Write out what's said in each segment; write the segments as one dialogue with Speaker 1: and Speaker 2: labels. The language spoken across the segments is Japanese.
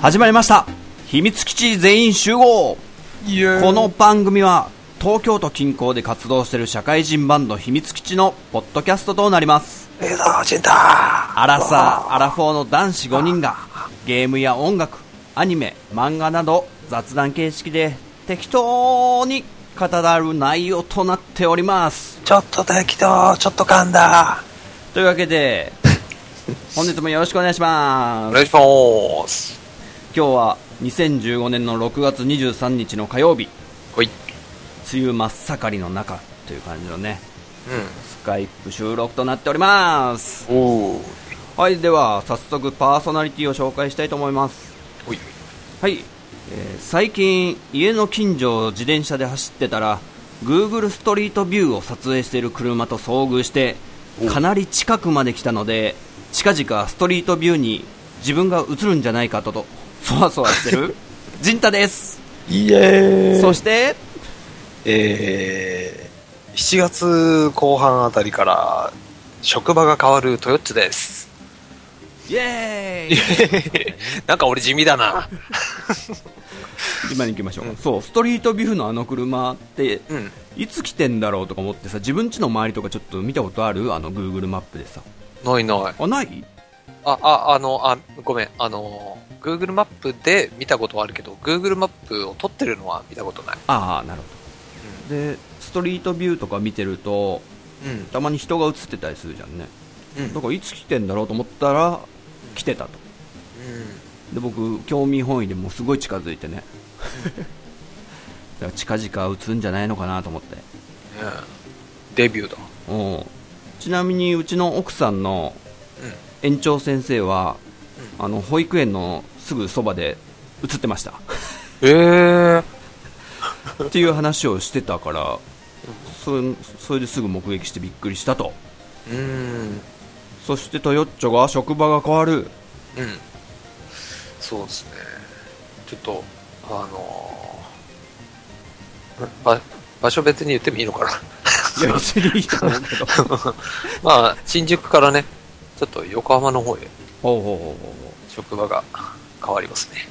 Speaker 1: 始まりました秘密基地全員集合この番組は東京都近郊で活動している社会人バンド秘密基地のポッドキャストとなります
Speaker 2: レーダージェンダ
Speaker 1: アラサーアラフォーの男子5人がゲームや音楽アニメ漫画など雑談形式で適当に語らる内容となっております
Speaker 2: ーちょっと適当ちょっと噛んだ
Speaker 1: というわけで本日もよろしくお願いします
Speaker 2: お願いします
Speaker 1: 今日は2015年の6月23日の火曜日
Speaker 2: ほい
Speaker 1: 梅雨真っ盛りの中という感じのね
Speaker 2: う
Speaker 1: スカイプ収録となっております
Speaker 2: んおお
Speaker 1: はいでは早速パーソナリティを紹介したいと思います
Speaker 2: ほい
Speaker 1: はい、えー最近家の近所を自転車で走ってたら Google ストリートビューを撮影している車と遭遇してかなり近くまで来たので近々ストリートビューに自分が映るんじゃないかととそわそわしてる ジンタです
Speaker 2: イエーイ
Speaker 1: そして
Speaker 2: えー、7月後半あたりから職場が変わる豊ヨッチ です
Speaker 1: イエーイ
Speaker 2: なんか俺地味だな
Speaker 1: 今に行きましょう、そうストリートビューのあの車って、
Speaker 2: うん
Speaker 1: いつ来てんだろうとか思ってさ自分家の周りとかちょっと見たことあるあの Google マップでさ
Speaker 2: ないない
Speaker 1: あない
Speaker 2: あああのあごめんあの Google マップで見たことはあるけど Google マップを撮ってるのは見たことない
Speaker 1: ああなるほどでストリートビューとか見てると
Speaker 2: うん
Speaker 1: たまに人が映ってたりするじゃんね
Speaker 2: うん
Speaker 1: だからいつ来てんだろうと思ったら来てたとで僕興味本位でもうすごい近づいてね だから近々映るんじゃないのかなと思って
Speaker 2: デビューだ
Speaker 1: うんちなみにうちの奥さんの
Speaker 2: うん
Speaker 1: 園長先生は、あの保育園のすぐそばで映ってました
Speaker 2: えー、
Speaker 1: っていう話をしてたからそれそれですぐ目撃してびっくりしたと
Speaker 2: うーん
Speaker 1: そしてトヨッチョが職場が変わる
Speaker 2: うんそうですねちょっとあのーば場所別に言ってもいいのかな
Speaker 1: いや別にいいと思うけど
Speaker 2: まあ新宿からねちょっと横浜の方へ
Speaker 1: ほうほうほうほうほ
Speaker 2: 職場が変わりますね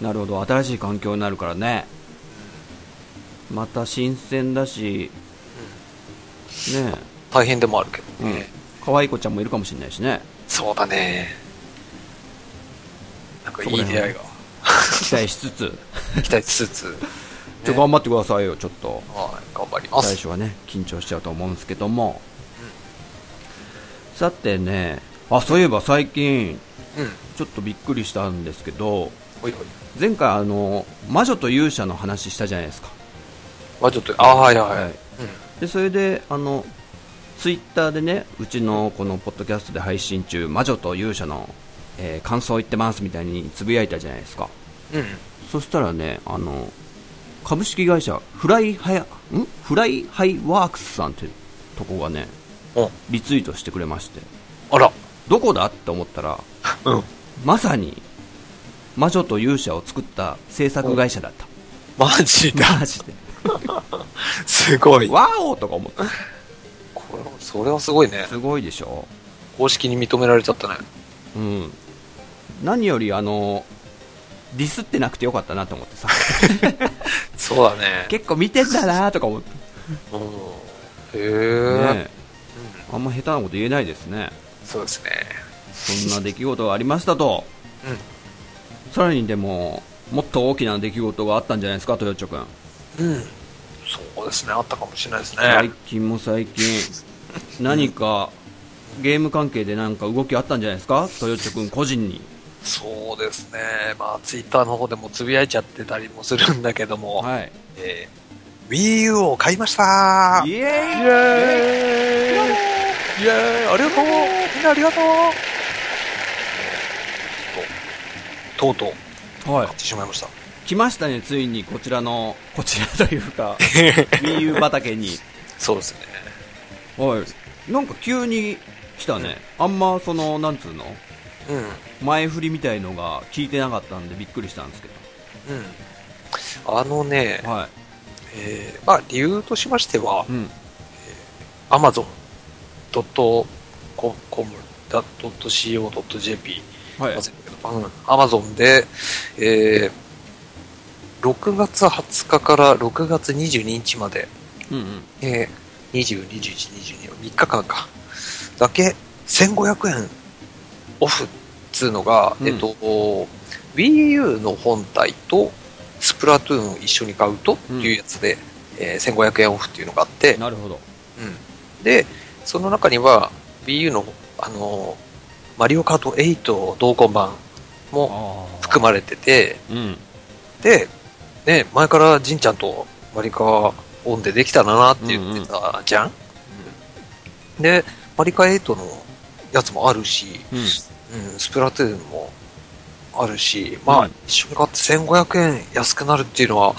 Speaker 1: うなるほど新しい環境になるからねまた新鮮だしね
Speaker 2: 大変でもあるけ
Speaker 1: え、
Speaker 2: ど
Speaker 1: う
Speaker 2: ね、
Speaker 1: ん、可愛い子ちゃんもいるかもしれないし ね
Speaker 2: そうだねなんかいい出会いが
Speaker 1: 期待しつつ、
Speaker 2: 期待しつ つ、
Speaker 1: ちょ頑張ってくださいよちょっと
Speaker 2: はい、頑張りま
Speaker 1: 最
Speaker 2: す
Speaker 1: 初はね緊張しちゃうと思うんですけども、さてねあそういえば最近
Speaker 2: うん
Speaker 1: ちょっとびっくりしたんですけど
Speaker 2: ほいほい
Speaker 1: 前回あの魔女と勇者の話したじゃないですか
Speaker 2: まあちょっとあはいはい、は
Speaker 1: はいいでそれであのツイッターでねうちのこのポッドキャストで配信中魔女と勇者の、えー感想言ってますみたいにつぶやいたじゃないですか
Speaker 2: うん、
Speaker 1: そしたらねあの株式会社フライハイんフライハイワークスさんってとこがね
Speaker 2: うん、お
Speaker 1: リツイートしてくれまして
Speaker 2: あら
Speaker 1: どこだって思ったら
Speaker 2: うん
Speaker 1: まさに魔女と勇者を作った制作会社だった
Speaker 2: マジだ
Speaker 1: マジで
Speaker 2: すごい
Speaker 1: ワオとか思って
Speaker 2: これそれはすごいね
Speaker 1: すごいでしょ
Speaker 2: 公式に認められちゃったね
Speaker 1: うん何よりあのディスってなくてよかったなと思 ってさ
Speaker 2: そうだね
Speaker 1: 結構見てんだなとか思って、ね
Speaker 2: うんへえ、
Speaker 1: えあんま下手なこと言えないですね
Speaker 2: そうですね
Speaker 1: そんな出来事がありましたとさらにでももっと大きな出来事があったんじゃないですか豊町君
Speaker 2: うんうんそうですねあったかもしれないですね
Speaker 1: 最近も最近何かゲーム関係で何か動きあったんじゃないですか豊町君個人に
Speaker 2: そうですねまあツイッターの方でもつぶやいちゃってたりもするんだけども、
Speaker 1: はい
Speaker 2: えー、Wii U を買いました
Speaker 1: イエー
Speaker 2: イ
Speaker 1: イ
Speaker 2: エーイイエーイありがとうみんなありがとうちょっととうとう
Speaker 1: はい
Speaker 2: 買ってしまいました
Speaker 1: 来ましたねついにこちらのこちらという か Wii U 畑に
Speaker 2: そうですね
Speaker 1: はいなんか急に来たねあんまそのなんつうの
Speaker 2: うんうん
Speaker 1: 前振りみたいのが聞いてなかったんでびっくりしたんですけ
Speaker 2: あのね、
Speaker 1: どは
Speaker 2: えーまあ理由としましては、
Speaker 1: いうん
Speaker 2: Amazon.com.co.jp
Speaker 1: はい
Speaker 2: ませんけど、うん、アマゾンで、えー6月20日から6月22日まで、
Speaker 1: うんうん
Speaker 2: えー、20、21、22、3日間か、だけ1500円オフっつうのが、
Speaker 1: うん
Speaker 2: えっと、Wii U の本体とスプラトゥーンを一緒に買うとっていうやつで、えー1500円オフっていうのがあって、
Speaker 1: なるほど
Speaker 2: うん、で、その中には Wii U の、あのーマリオカート8同梱版も
Speaker 1: ああ
Speaker 2: 含まれてて、
Speaker 1: うん
Speaker 2: で、ね、前からじんちゃんとマリカオンでできたらなって言ってたじゃん、で、マリカ8のやつもあるし、
Speaker 1: うん
Speaker 2: うん、スプラトゥーンもあるし、まあ、
Speaker 1: うん
Speaker 2: 一緒に買って1500円安くなるっていうのは、うん、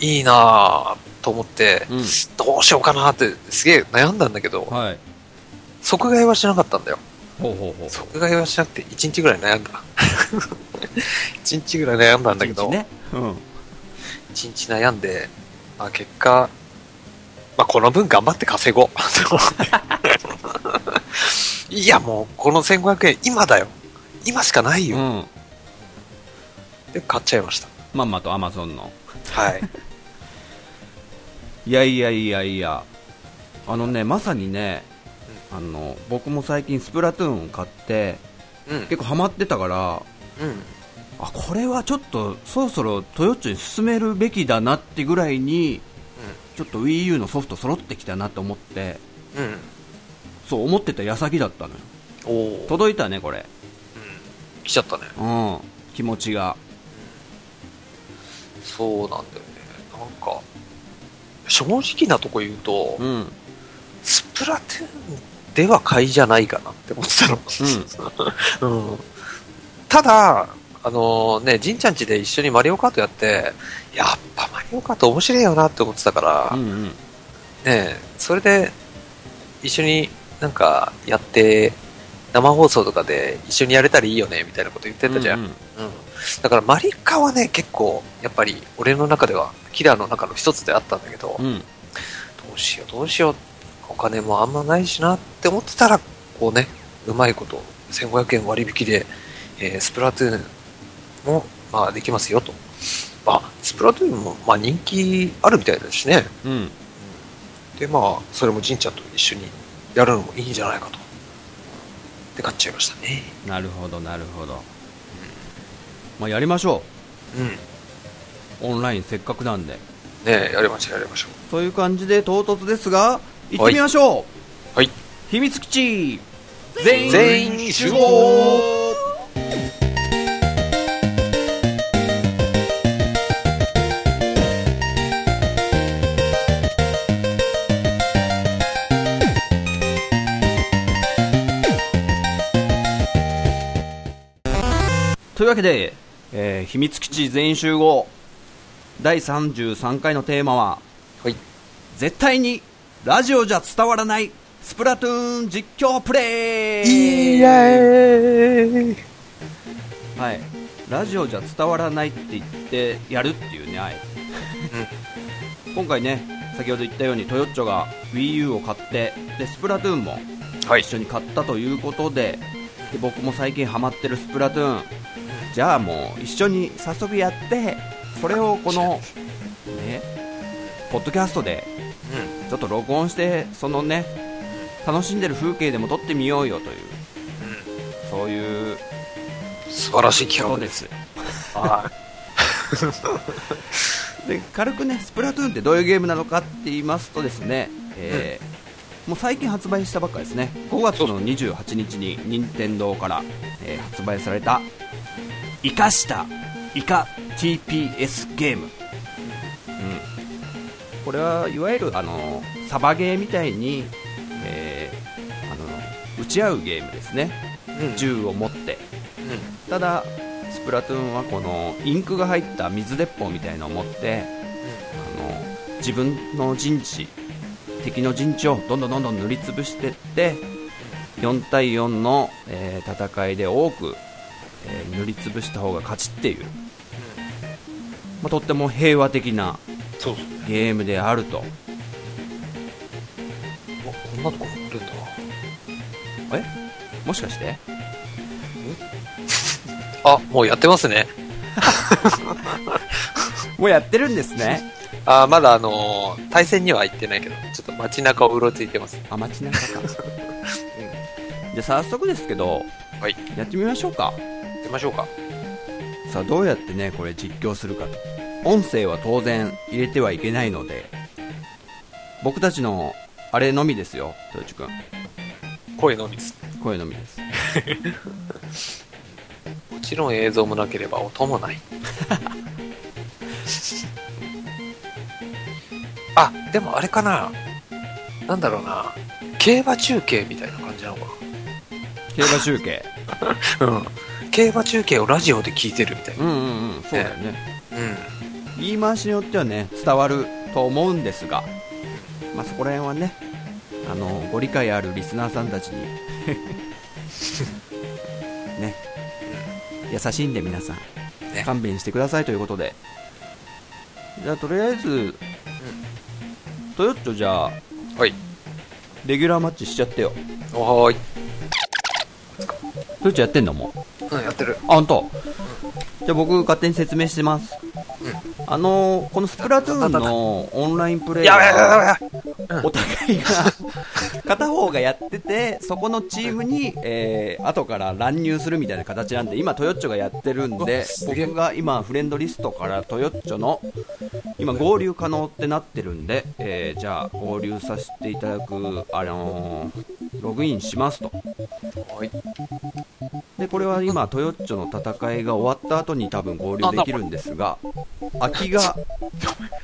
Speaker 2: いいなぁと思って、
Speaker 1: うん
Speaker 2: どうしようかなってすげえ悩んだんだけど、
Speaker 1: はい
Speaker 2: 即買いはしなかったんだよ。
Speaker 1: ほうほうほう
Speaker 2: 即買いはしなくて1日ぐらい悩んだ。1日ぐらい悩んだんだけ
Speaker 1: 一
Speaker 2: ど、
Speaker 1: 日ねうん
Speaker 2: 一日悩んで、まあ、結果、まあ、この分頑張って稼ごう。 いや、もう、この1500円、今だよ。今しかないよ。
Speaker 1: うん
Speaker 2: で、買っちゃいました。
Speaker 1: まんまとアマゾンの
Speaker 2: はい。
Speaker 1: いやいやいやいやあのねまさにねあの僕も最近スプラトゥーンを買って
Speaker 2: うん。
Speaker 1: 結構ハマってたから
Speaker 2: うん。
Speaker 1: あこれはちょっとそろそろトヨッチョに進めるべきだなってぐらいにちょっと WiiU のソフト揃ってきたなと思って
Speaker 2: うん。うん。
Speaker 1: そう思ってた矢先だったのよ
Speaker 2: おお。うん。
Speaker 1: 届いたねこれ
Speaker 2: 来ちゃったね。
Speaker 1: うん気持ちが
Speaker 2: そうなんだよね。なんか、正直なとこ言うと、
Speaker 1: うんうん
Speaker 2: スプラトゥーンでは買いじゃないかなって思ってたの。うん。ただ、あのね、じんちゃんちで一緒にマリオカートやって、やっぱマリオカート面白いよなって思ってたか
Speaker 1: う
Speaker 2: ら、
Speaker 1: ん
Speaker 2: ねえそれで一緒になんかやって生放送とかで一緒にやれたらいいよねみたいなこと言ってたじゃん、
Speaker 1: う
Speaker 2: うん
Speaker 1: ん
Speaker 2: だからマリカはね結構やっぱり俺の中ではキラーの中の一つであったんだけど、
Speaker 1: う
Speaker 2: ど
Speaker 1: ん
Speaker 2: うしようどうしようお金もあんまないしなって思ってたらこうねうまいこと1500円割引で、えースプラトゥーンも、まあ、できますよと、まあ、スプラトゥーンも、まあ、人気あるみたいだしね、
Speaker 1: うん
Speaker 2: でまあそれもじんちゃんと一緒にやるのもいいんじゃないかとで買っちゃいましたね
Speaker 1: なるほどなるほどまあやりましょ
Speaker 2: うんね
Speaker 1: うオンラインせっかくなんで
Speaker 2: えやりましょうやりましょ
Speaker 1: という感じで唐突ですが行ってみましょう
Speaker 2: うはい
Speaker 1: 秘密基地全員
Speaker 2: 全員集合
Speaker 1: というわけで、えー秘密基地全員集合第33回のテーマは
Speaker 2: はい
Speaker 1: 絶対にラジオじゃ伝わらないスプラトゥーン実況プレイ
Speaker 2: イエーイ
Speaker 1: はい、ラジオじゃ伝わらないって言ってやるっていうね、あえて今回ね、先ほど言ったようにトヨッチョが WiiU を買ってでスプラトゥーンも
Speaker 2: はい
Speaker 1: 一緒に買ったということでで僕も最近ハマってるスプラトゥーンじゃあもう一緒に早速やってそれをこの、ね、ポッドキャストで
Speaker 2: う
Speaker 1: ちょっと録音してそのね楽しんでる風景でも撮ってみようよというそういう
Speaker 2: うん素晴らしい企
Speaker 1: こと
Speaker 2: 画
Speaker 1: で
Speaker 2: です
Speaker 1: す。
Speaker 2: はい
Speaker 1: で軽くねスプラトゥーンってどういうゲームなのかって言いますとですね、えーもう最近発売したばっかりですね5月の28日に任天堂から、えー発売された「イカしたイカ TPS ゲーム」うん、これはいわゆるあのサバゲーみたいに、えーあの打ち合うゲームですね
Speaker 2: うん
Speaker 1: 銃を持って
Speaker 2: うん
Speaker 1: ただスプラトゥーンはこのインクが入った水鉄砲みたいのを持ってあの自分の陣地敵の陣地をどんどんどんどん塗りつぶしていって4対4の、えー戦いで多く、えー塗りつぶした方が勝ちっていう、まあ、とっても平和的な
Speaker 2: そうそう
Speaker 1: ゲームであると
Speaker 2: おこんなとこ持ってんだ
Speaker 1: えもしかして
Speaker 2: えあ、もうやってますね。
Speaker 1: もうやってるんですね。
Speaker 2: あ、まだあのー対戦には行ってないけど、ちょっと街中をうろついてます。
Speaker 1: あ、街中か。うんじゃあ早速ですけど、
Speaker 2: はい
Speaker 1: やってみましょうか。
Speaker 2: 行ってみましょうか。
Speaker 1: さあどうやってね、これ実況するかと。音声は当然入れてはいけないので、僕たちのあれのみですよ、豊地君。
Speaker 2: 声のみです。
Speaker 1: 声のみです。
Speaker 2: もちろん映像もなければ音もない。 あ、でもあれかな。なんだろうな。競馬中継みたいな感じなのか
Speaker 1: 競馬集計。
Speaker 2: な。うん。競馬中継をラジオで聞いてるみたいな。
Speaker 1: うんうんうん、そうだよね。
Speaker 2: うん。
Speaker 1: 言い回しによってはね伝わると思うんですが、まあ、そこら辺はねあのご理解あるリスナーさんたちに ね優しいんで皆さん
Speaker 2: ね
Speaker 1: 勘弁してくださいということでじゃあとりあえずトヨッチョじゃあ
Speaker 2: はい。
Speaker 1: レギュラーマッチしちゃってよ
Speaker 2: おはーい。
Speaker 1: トヨッチョやってんのもう
Speaker 2: うん、やってる。
Speaker 1: あ、本当。じゃあ僕勝手に説明してます。あのーこのスプラトゥーンのオンラインプレイ
Speaker 2: やばいやばいやばい
Speaker 1: は
Speaker 2: やばい
Speaker 1: お互いが片方がやっててそこのチームに、えー後から乱入するみたいな形なんで今トヨッチョがやってるんで
Speaker 2: おすげえ
Speaker 1: 僕が今フレンドリストからトヨッチョの今合流可能ってなってるんで、えーじゃあ合流させていただくあのーログインしますと。
Speaker 2: はい。
Speaker 1: でこれは今トヨッチョの戦いが終わった後に多分合流できるんですが空きが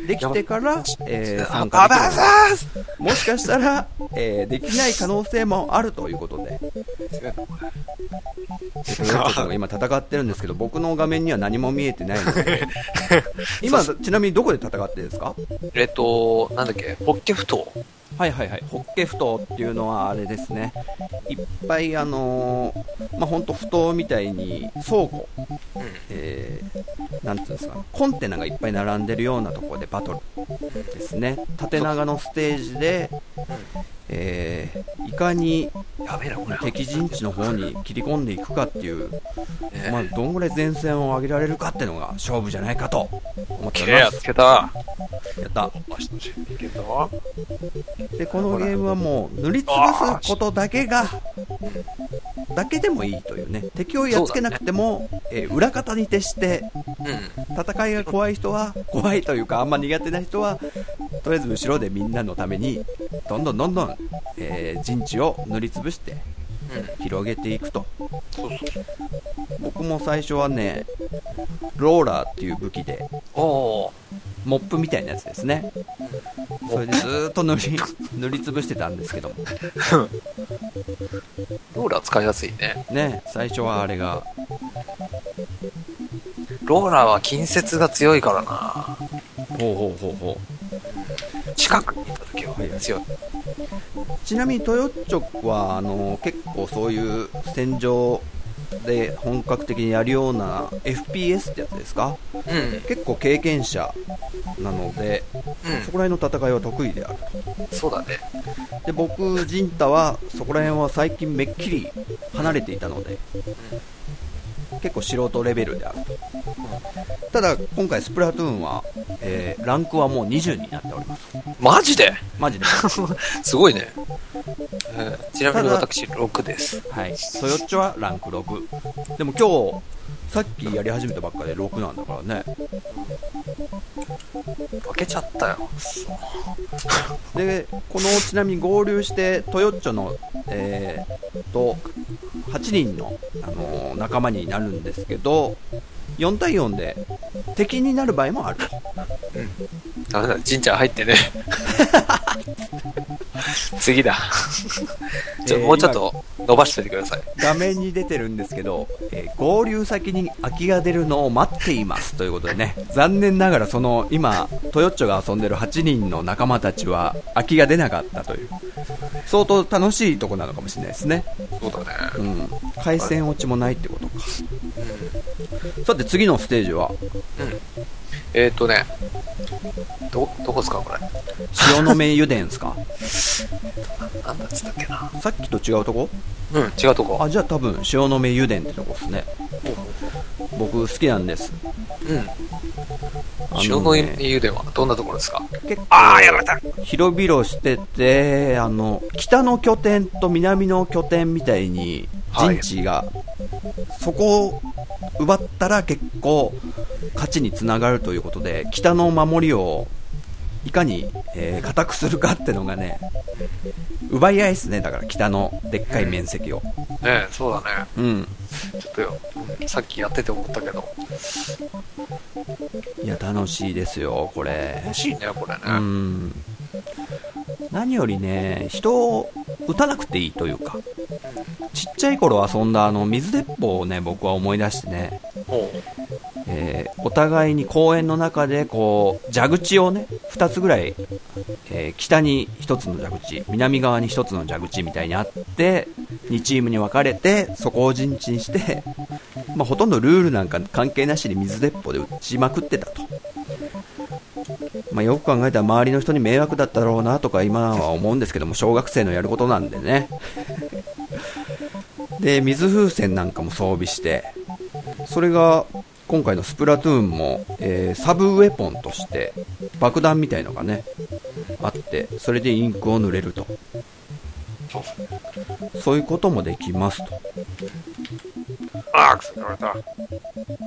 Speaker 1: できてから、えー参加
Speaker 2: あ
Speaker 1: で
Speaker 2: ば
Speaker 1: きる
Speaker 2: さーす
Speaker 1: もしかしたら、えーできない可能性もあるということででトヨッチョ君が今戦ってるんですけど僕の画面には何も見えてないので今ちなみにどこで戦ってるんですか
Speaker 2: えっと、なんだっけ、ホッケ不当。
Speaker 1: はいはいはい、ホッケ不当っていうのはあれですね、いっぱい、あのーまあ、本当、不当みたいに倉庫、えーなんていうんですか、コンテナがいっぱい並んでるようなところでバトルですね、縦長のステージで、えーいかに
Speaker 2: やべえな、これ。
Speaker 1: 敵陣地の方に切り込んでいくかっていう、
Speaker 2: ね
Speaker 1: まあ、どんぐらい前線を上げられるかっていうのが勝負じゃないかと思ってお
Speaker 2: ケ
Speaker 1: りま
Speaker 2: アつ
Speaker 1: す。
Speaker 2: けた。
Speaker 1: やった
Speaker 2: いけたわ
Speaker 1: でこのゲームはもう塗りつぶすことだけがだけでもいいというね敵をやっつけなくても、えー裏方に徹して
Speaker 2: うん。
Speaker 1: 戦いが怖い人は怖いというかあんま苦手な人はとりあえず後ろでみんなのためにどんどんどんどん、えー陣地を塗りつぶして広げていくと
Speaker 2: そうそう。
Speaker 1: 僕も最初はねローラーっていう武器で
Speaker 2: おお
Speaker 1: モップみたいなやつですねそれでずーっと塗り塗りつぶしてたんですけども
Speaker 2: ローラー使いやすいね。
Speaker 1: ね最初はあれが
Speaker 2: ローラーは近接が強いからな。
Speaker 1: ほうほうほうほう
Speaker 2: 近くにいた時は強い。
Speaker 1: ちなみにトヨッチョはあの結構そういう戦場で本格的にやるような FPS ってやつですか
Speaker 2: うん。
Speaker 1: 結構経験者なので、そこら辺の戦いは得意である
Speaker 2: うん。そうだね。
Speaker 1: とで僕陣太はそこら辺は最近めっきり離れていたので結構素人レベルであるとただ今回スプラトゥーンは、えーランクはもう20になっております
Speaker 2: マジで
Speaker 1: マジで
Speaker 2: すごいね。うんちなみ
Speaker 1: た
Speaker 2: に
Speaker 1: だ
Speaker 2: 私6です。
Speaker 1: はい、トヨッチョはランク6でも今日さっきやり始めたばっかで6なんだからね
Speaker 2: 負けちゃったよ。そう
Speaker 1: でこのちなみに合流してトヨッチョのえーっと8人の、あのー仲間になるんですけど4対4で敵になる場合もある
Speaker 2: ダメだ、じんちゃん入って ね。次だ。ちょ
Speaker 1: えー
Speaker 2: もうちょっと伸ばしててください。
Speaker 1: 画面に出てるんですけど、えー合流先に空きが出るのを待っていますということでね残念ながらその今トヨッチョが遊んでる8人の仲間たちは空きが出なかったという相当楽しいとこなのかもしれないですね
Speaker 2: そうだね。
Speaker 1: うん回線落ちもないってことかさて次のステージは
Speaker 2: えっ、ー、とね、ど、どこですか、これ。
Speaker 1: 塩の目油田ですか
Speaker 2: なんだっつったっけな。
Speaker 1: さっきと違うとこ
Speaker 2: うん、違うとこ。
Speaker 1: あじゃあ多分塩の目油田ってとこですね僕好きなんです
Speaker 2: うん。
Speaker 1: あのね
Speaker 2: 塩の湯ではどんなところですか
Speaker 1: 結構
Speaker 2: ああ、やられた
Speaker 1: 広々しててあの北の拠点と南の拠点みたいに
Speaker 2: はい
Speaker 1: 陣地が、そこを奪ったら結構勝ちにつながるということで北の守りをいかに、えー固くするかってのがね奪い合いですねだから北のでっかい面積を、
Speaker 2: ねえ、そうだね。
Speaker 1: うん、
Speaker 2: ちょっとよ、さっきやってて思ったけど。
Speaker 1: いや楽しいですよこれ
Speaker 2: 欲しいね、これね。
Speaker 1: うん何よりね人を打たなくていいというかちっちゃい頃遊んだあの水鉄砲をね僕は思い出してね、
Speaker 2: おう
Speaker 1: えーお互いに公園の中でこう蛇口をね2つぐらい、えー北に1つの蛇口南側に1つの蛇口みたいにあって2チームに分かれてそこを陣地にして、まあ、ほとんどルールなんか関係なしに水鉄砲で打ちまくってたと、まあ、よく考えたら周りの人に迷惑だったろうなとか今は思うんですけども小学生のやることなんでね で水風船なんかも装備してそれが今回のスプラトゥーンも、えーサブウェポンとして爆弾みたいのがねあってそれでインクを塗れると
Speaker 2: そう
Speaker 1: そういうこともできますと、
Speaker 2: ああ、くそ、やられ
Speaker 1: ま
Speaker 2: た。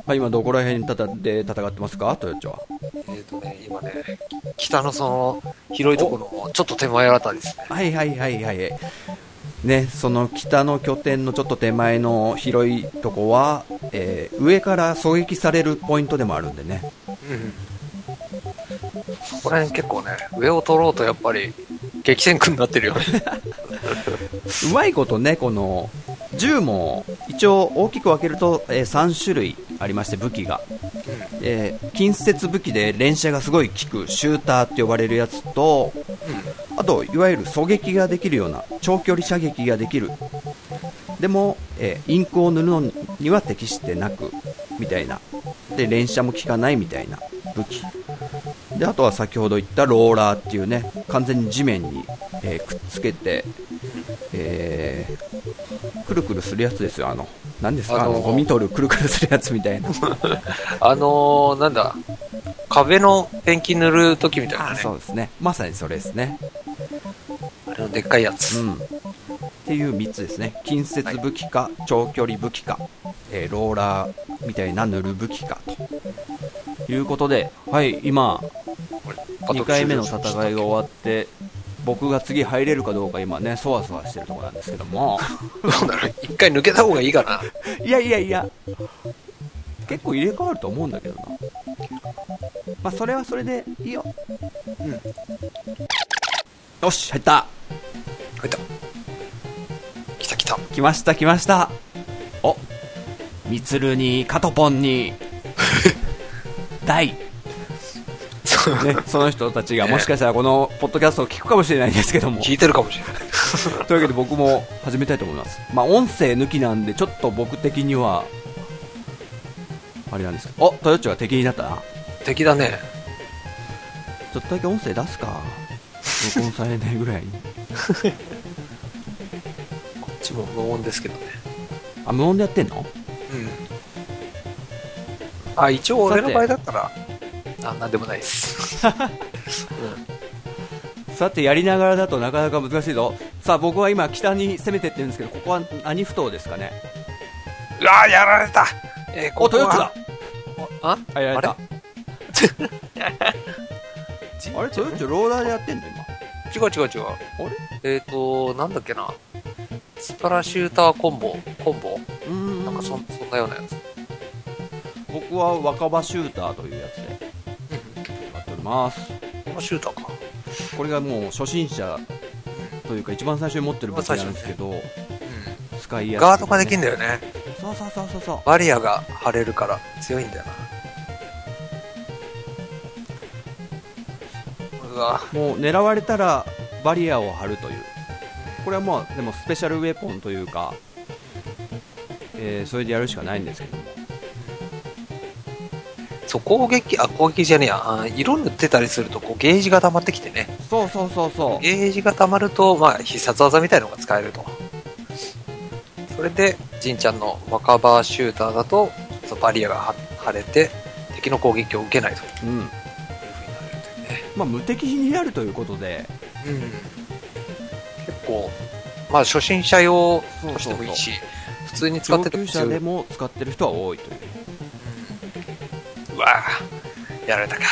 Speaker 1: あ、今どこら辺たたで戦ってますかトヨッチョは
Speaker 2: えっ、とね、今ね、北のその、広いところの、ちょっと手前あたりですね。
Speaker 1: はいはいはいはいねその北の拠点のちょっと手前の広いとこは、えー上から狙撃されるポイントでもあるんでね
Speaker 2: うん。ここら辺結構ね、上を取ろうとやっぱり、激戦区になってるよね。
Speaker 1: うまいことね、この銃も一応大きく分けると、え3種類ありまして武器が、えー近接武器で連射がすごい効くシューターって呼ばれるやつとあといわゆる狙撃ができるような長距離射撃ができるでも、えーインクを塗るのには適してなくみたいなで連射も効かないみたいな武器であとは先ほど言ったローラーっていうね完全に地面に、えーくっつけて、えーくるくるするやつですよあの何ですかあ
Speaker 2: あの
Speaker 1: のゴミ取るくるくるするやつみたいな
Speaker 2: あのー、なんだ、壁のペンキ塗るときみたいな
Speaker 1: あ
Speaker 2: ね。
Speaker 1: そうですねまさにそれですね
Speaker 2: あれのでっかいやつ。
Speaker 1: うん、っていう3つですね近接武器か、長距離武器か、えーローラーみたいな塗る武器かということで、はい、今2回目の戦いが終わって僕が次入れるかどうか今ねそわそわしてるところなんですけども
Speaker 2: どうだろう一回抜けた方がいいかな。
Speaker 1: いやいやいや結構入れ替わると思うんだけどなまあそれはそれでいいよ
Speaker 2: うん。
Speaker 1: よし入った
Speaker 2: 入った。来た来た。
Speaker 1: 来ました来ましたおみつるにカトポンに大、ね、
Speaker 2: そう
Speaker 1: その人たちがもしかしたらこのポッドキャストを聞くかもしれないんですけども
Speaker 2: 聞いてるかもしれない。
Speaker 1: というわけで僕も始めたいと思いますまあ音声抜きなんでちょっと僕的にはあれなんですけどおトヨッチョが敵になったな
Speaker 2: 敵だね。
Speaker 1: ちょっとだけ音声出すか録音されないぐらいに
Speaker 2: こっちも無音ですけどね。
Speaker 1: あ無音でやってんの
Speaker 2: うん。あ、一応俺の場合だったら、あ、なんでもない です。うん
Speaker 1: さてやりながらだとなかなか難しいぞさあ僕は今北に攻めてってるんですけどここは何不島ですかね
Speaker 2: うわやられた。えー、
Speaker 1: お
Speaker 2: ここ
Speaker 1: トヨッチョだ
Speaker 2: はあ
Speaker 1: あやられた
Speaker 2: あ
Speaker 1: あれトヨッチョローラーでやってんの
Speaker 2: 違う違う違う。えっ、と、なんだっけな。スパラシューターコンボ、コンボ
Speaker 1: 今う
Speaker 2: なんかそんそんなようなやつ。
Speaker 1: 僕は若葉シューターというやつでやっております
Speaker 2: このシューターか。
Speaker 1: これがもう初心者というか一番最初に持ってる武器なんですけど
Speaker 2: う
Speaker 1: 使い
Speaker 2: ん。
Speaker 1: やすい、
Speaker 2: ガードができんだよね。
Speaker 1: そうそうそうそうそ
Speaker 2: バリアが張れるから強いんだよな。うわ
Speaker 1: うもう狙われたらバリアを張るというこれはもうでもスペシャルウェポンというか、えーそれでやるしかないんですけども
Speaker 2: そう、攻撃、あ、攻撃じゃねえや。あ色塗ってたりすると、こう、ゲージが溜まってきてね。
Speaker 1: そうそうそうそう
Speaker 2: ゲージが溜まると、まあ、必殺技みたいのが使えると。それで、ジンちゃんの若葉シューターだと、そうバリアがは張れて、敵の攻撃を受けないという
Speaker 1: うん
Speaker 2: ふうになれるというね。
Speaker 1: まあ、無敵になるということで
Speaker 2: うん、結構、まあ、初心者用としてもいいし、普通に使っ
Speaker 1: 上
Speaker 2: てても
Speaker 1: 級
Speaker 2: 強
Speaker 1: 者
Speaker 2: い
Speaker 1: でも使ってる人は多いという
Speaker 2: うわぁ、やられたか。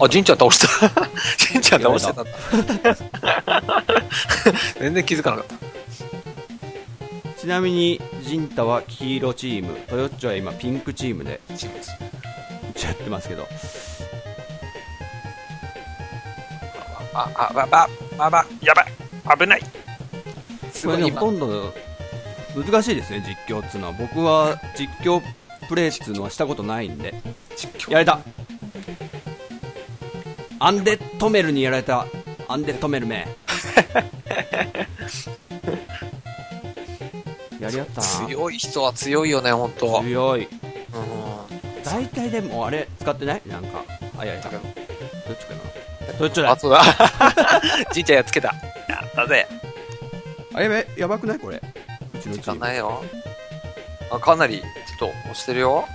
Speaker 2: あ、じんちゃん倒した。 じんちゃん倒してたんだ。全然気づかなかった。
Speaker 1: ちなみにジンタは黄色チームトヨッチョは今ピンクチームで
Speaker 2: チームです
Speaker 1: やってますけど
Speaker 2: あ、あ、ば、ば、ば、ば、やばい。危ない。す
Speaker 1: こ
Speaker 2: ご
Speaker 1: れ
Speaker 2: い、
Speaker 1: ねほ
Speaker 2: 今
Speaker 1: と。んど難しいですね実況っつうのは僕は実況プレイっつうのはしたことないんで
Speaker 2: 実況
Speaker 1: やられたアンデッドメルにやられたアンデッドメル めやり合ったな
Speaker 2: 強い人は強いよね、本当は。うん。
Speaker 1: 強い大体でもあれ使ってないなんかあいやいやどっちかなどっちだ
Speaker 2: あ、そうだ。 じんちゃんやっつけた。やったぜ。
Speaker 1: あやべやばくないこれうちのチ
Speaker 2: 時間
Speaker 1: ーム
Speaker 2: ないよ。あ、かなり、ちょっと押してるよ。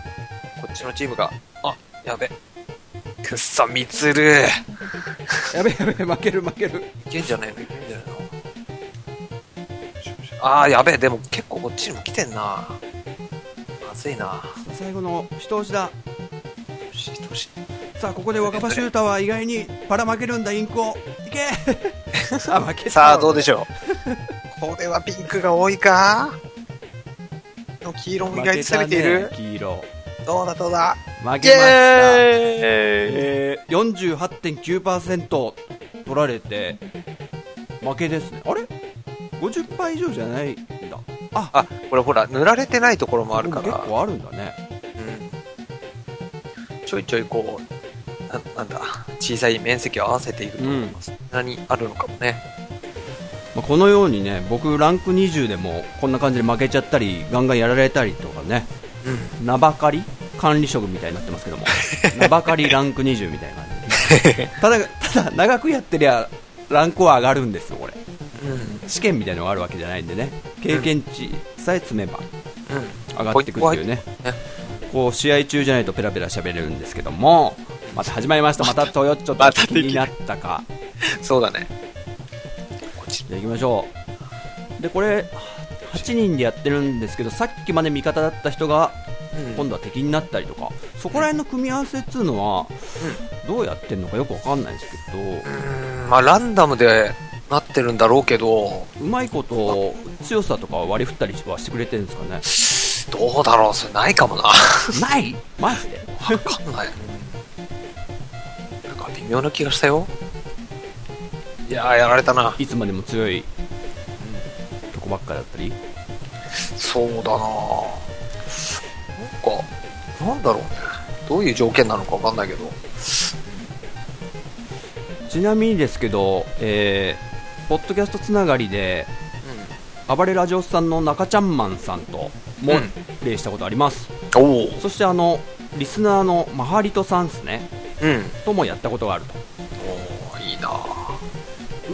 Speaker 2: こっちのチームが。あ、やべ。くっそ、みつる。
Speaker 1: やべやべ負ける負ける
Speaker 2: いけんじゃないのいけんじゃないのあーやべえでも結構こっちにも来てんなまずいな
Speaker 1: 最後の一押しだ
Speaker 2: よしど うし
Speaker 1: さあここで若葉シューターは意外にばらまけるんだインクをい けあ負けた
Speaker 2: さあどうでしょう これはピンクが多いかでも黄色も意外と攻めている、
Speaker 1: 負けたね黄色
Speaker 2: どうだどうだ
Speaker 1: 負
Speaker 2: イ
Speaker 1: けました
Speaker 2: エーイ
Speaker 1: えー、48.9%取られて負けですねあれ50以上じゃないんだあ
Speaker 2: あこれほら塗られてないところもあるか
Speaker 1: 結
Speaker 2: ら、
Speaker 1: 構あるんだね
Speaker 2: うん、ちょいちょいこうななんだ小さい面積を合わせていくと
Speaker 1: うん
Speaker 2: そんなにあるのかもね
Speaker 1: まあこのようにね僕ランク20でもこんな感じで負けちゃったりガンガンやられたりとかね
Speaker 2: うん
Speaker 1: 名ばかり管理職みたいになってます けども名ばかりランク20みたいな感じでただただ長くやってりゃランクは上がるんですよこれ
Speaker 2: うん
Speaker 1: 試験みたいのがあるわけじゃないんでね経験値さえ積めば上がってくるっていうね
Speaker 2: ね
Speaker 1: こう試合中じゃないとペラペラ喋れるんですけどもまた始まりましたまたトヨッチョ
Speaker 2: ま
Speaker 1: と
Speaker 2: た
Speaker 1: 気になったか
Speaker 2: そうだね。こっち
Speaker 1: じゃあ行きましょうでこれ8人でやってるんですけどさっきまで味方だった人が今
Speaker 2: 度
Speaker 1: 度は敵になったりとかそこら辺の組み合わせっていうのはどうやってんのかよくわかんないんですけ
Speaker 2: う
Speaker 1: ど
Speaker 2: ーん、まあランダムでなってるんだろうけど、
Speaker 1: うまいこと強さとかは割り振ったりはしてくれてるんですかね
Speaker 2: どうだろう、それないかもな。わ
Speaker 1: ないマジで
Speaker 2: かんない。なんか微妙な気がしたよ。いやー、やられたな。
Speaker 1: いつまでも強いとこばっかだったり
Speaker 2: そうだななんか、なんだろうね。どういう条件なのかわかんないけど。
Speaker 1: ちなみにですけど、えーポッドキャストつながりで暴れラジオスさんの中ちゃんマンさんとも
Speaker 2: うん
Speaker 1: プレイしたことあります、
Speaker 2: おお。
Speaker 1: そしてあのリスナーのマハリトさんですね
Speaker 2: うん。
Speaker 1: ともやったことがあると
Speaker 2: おーいいな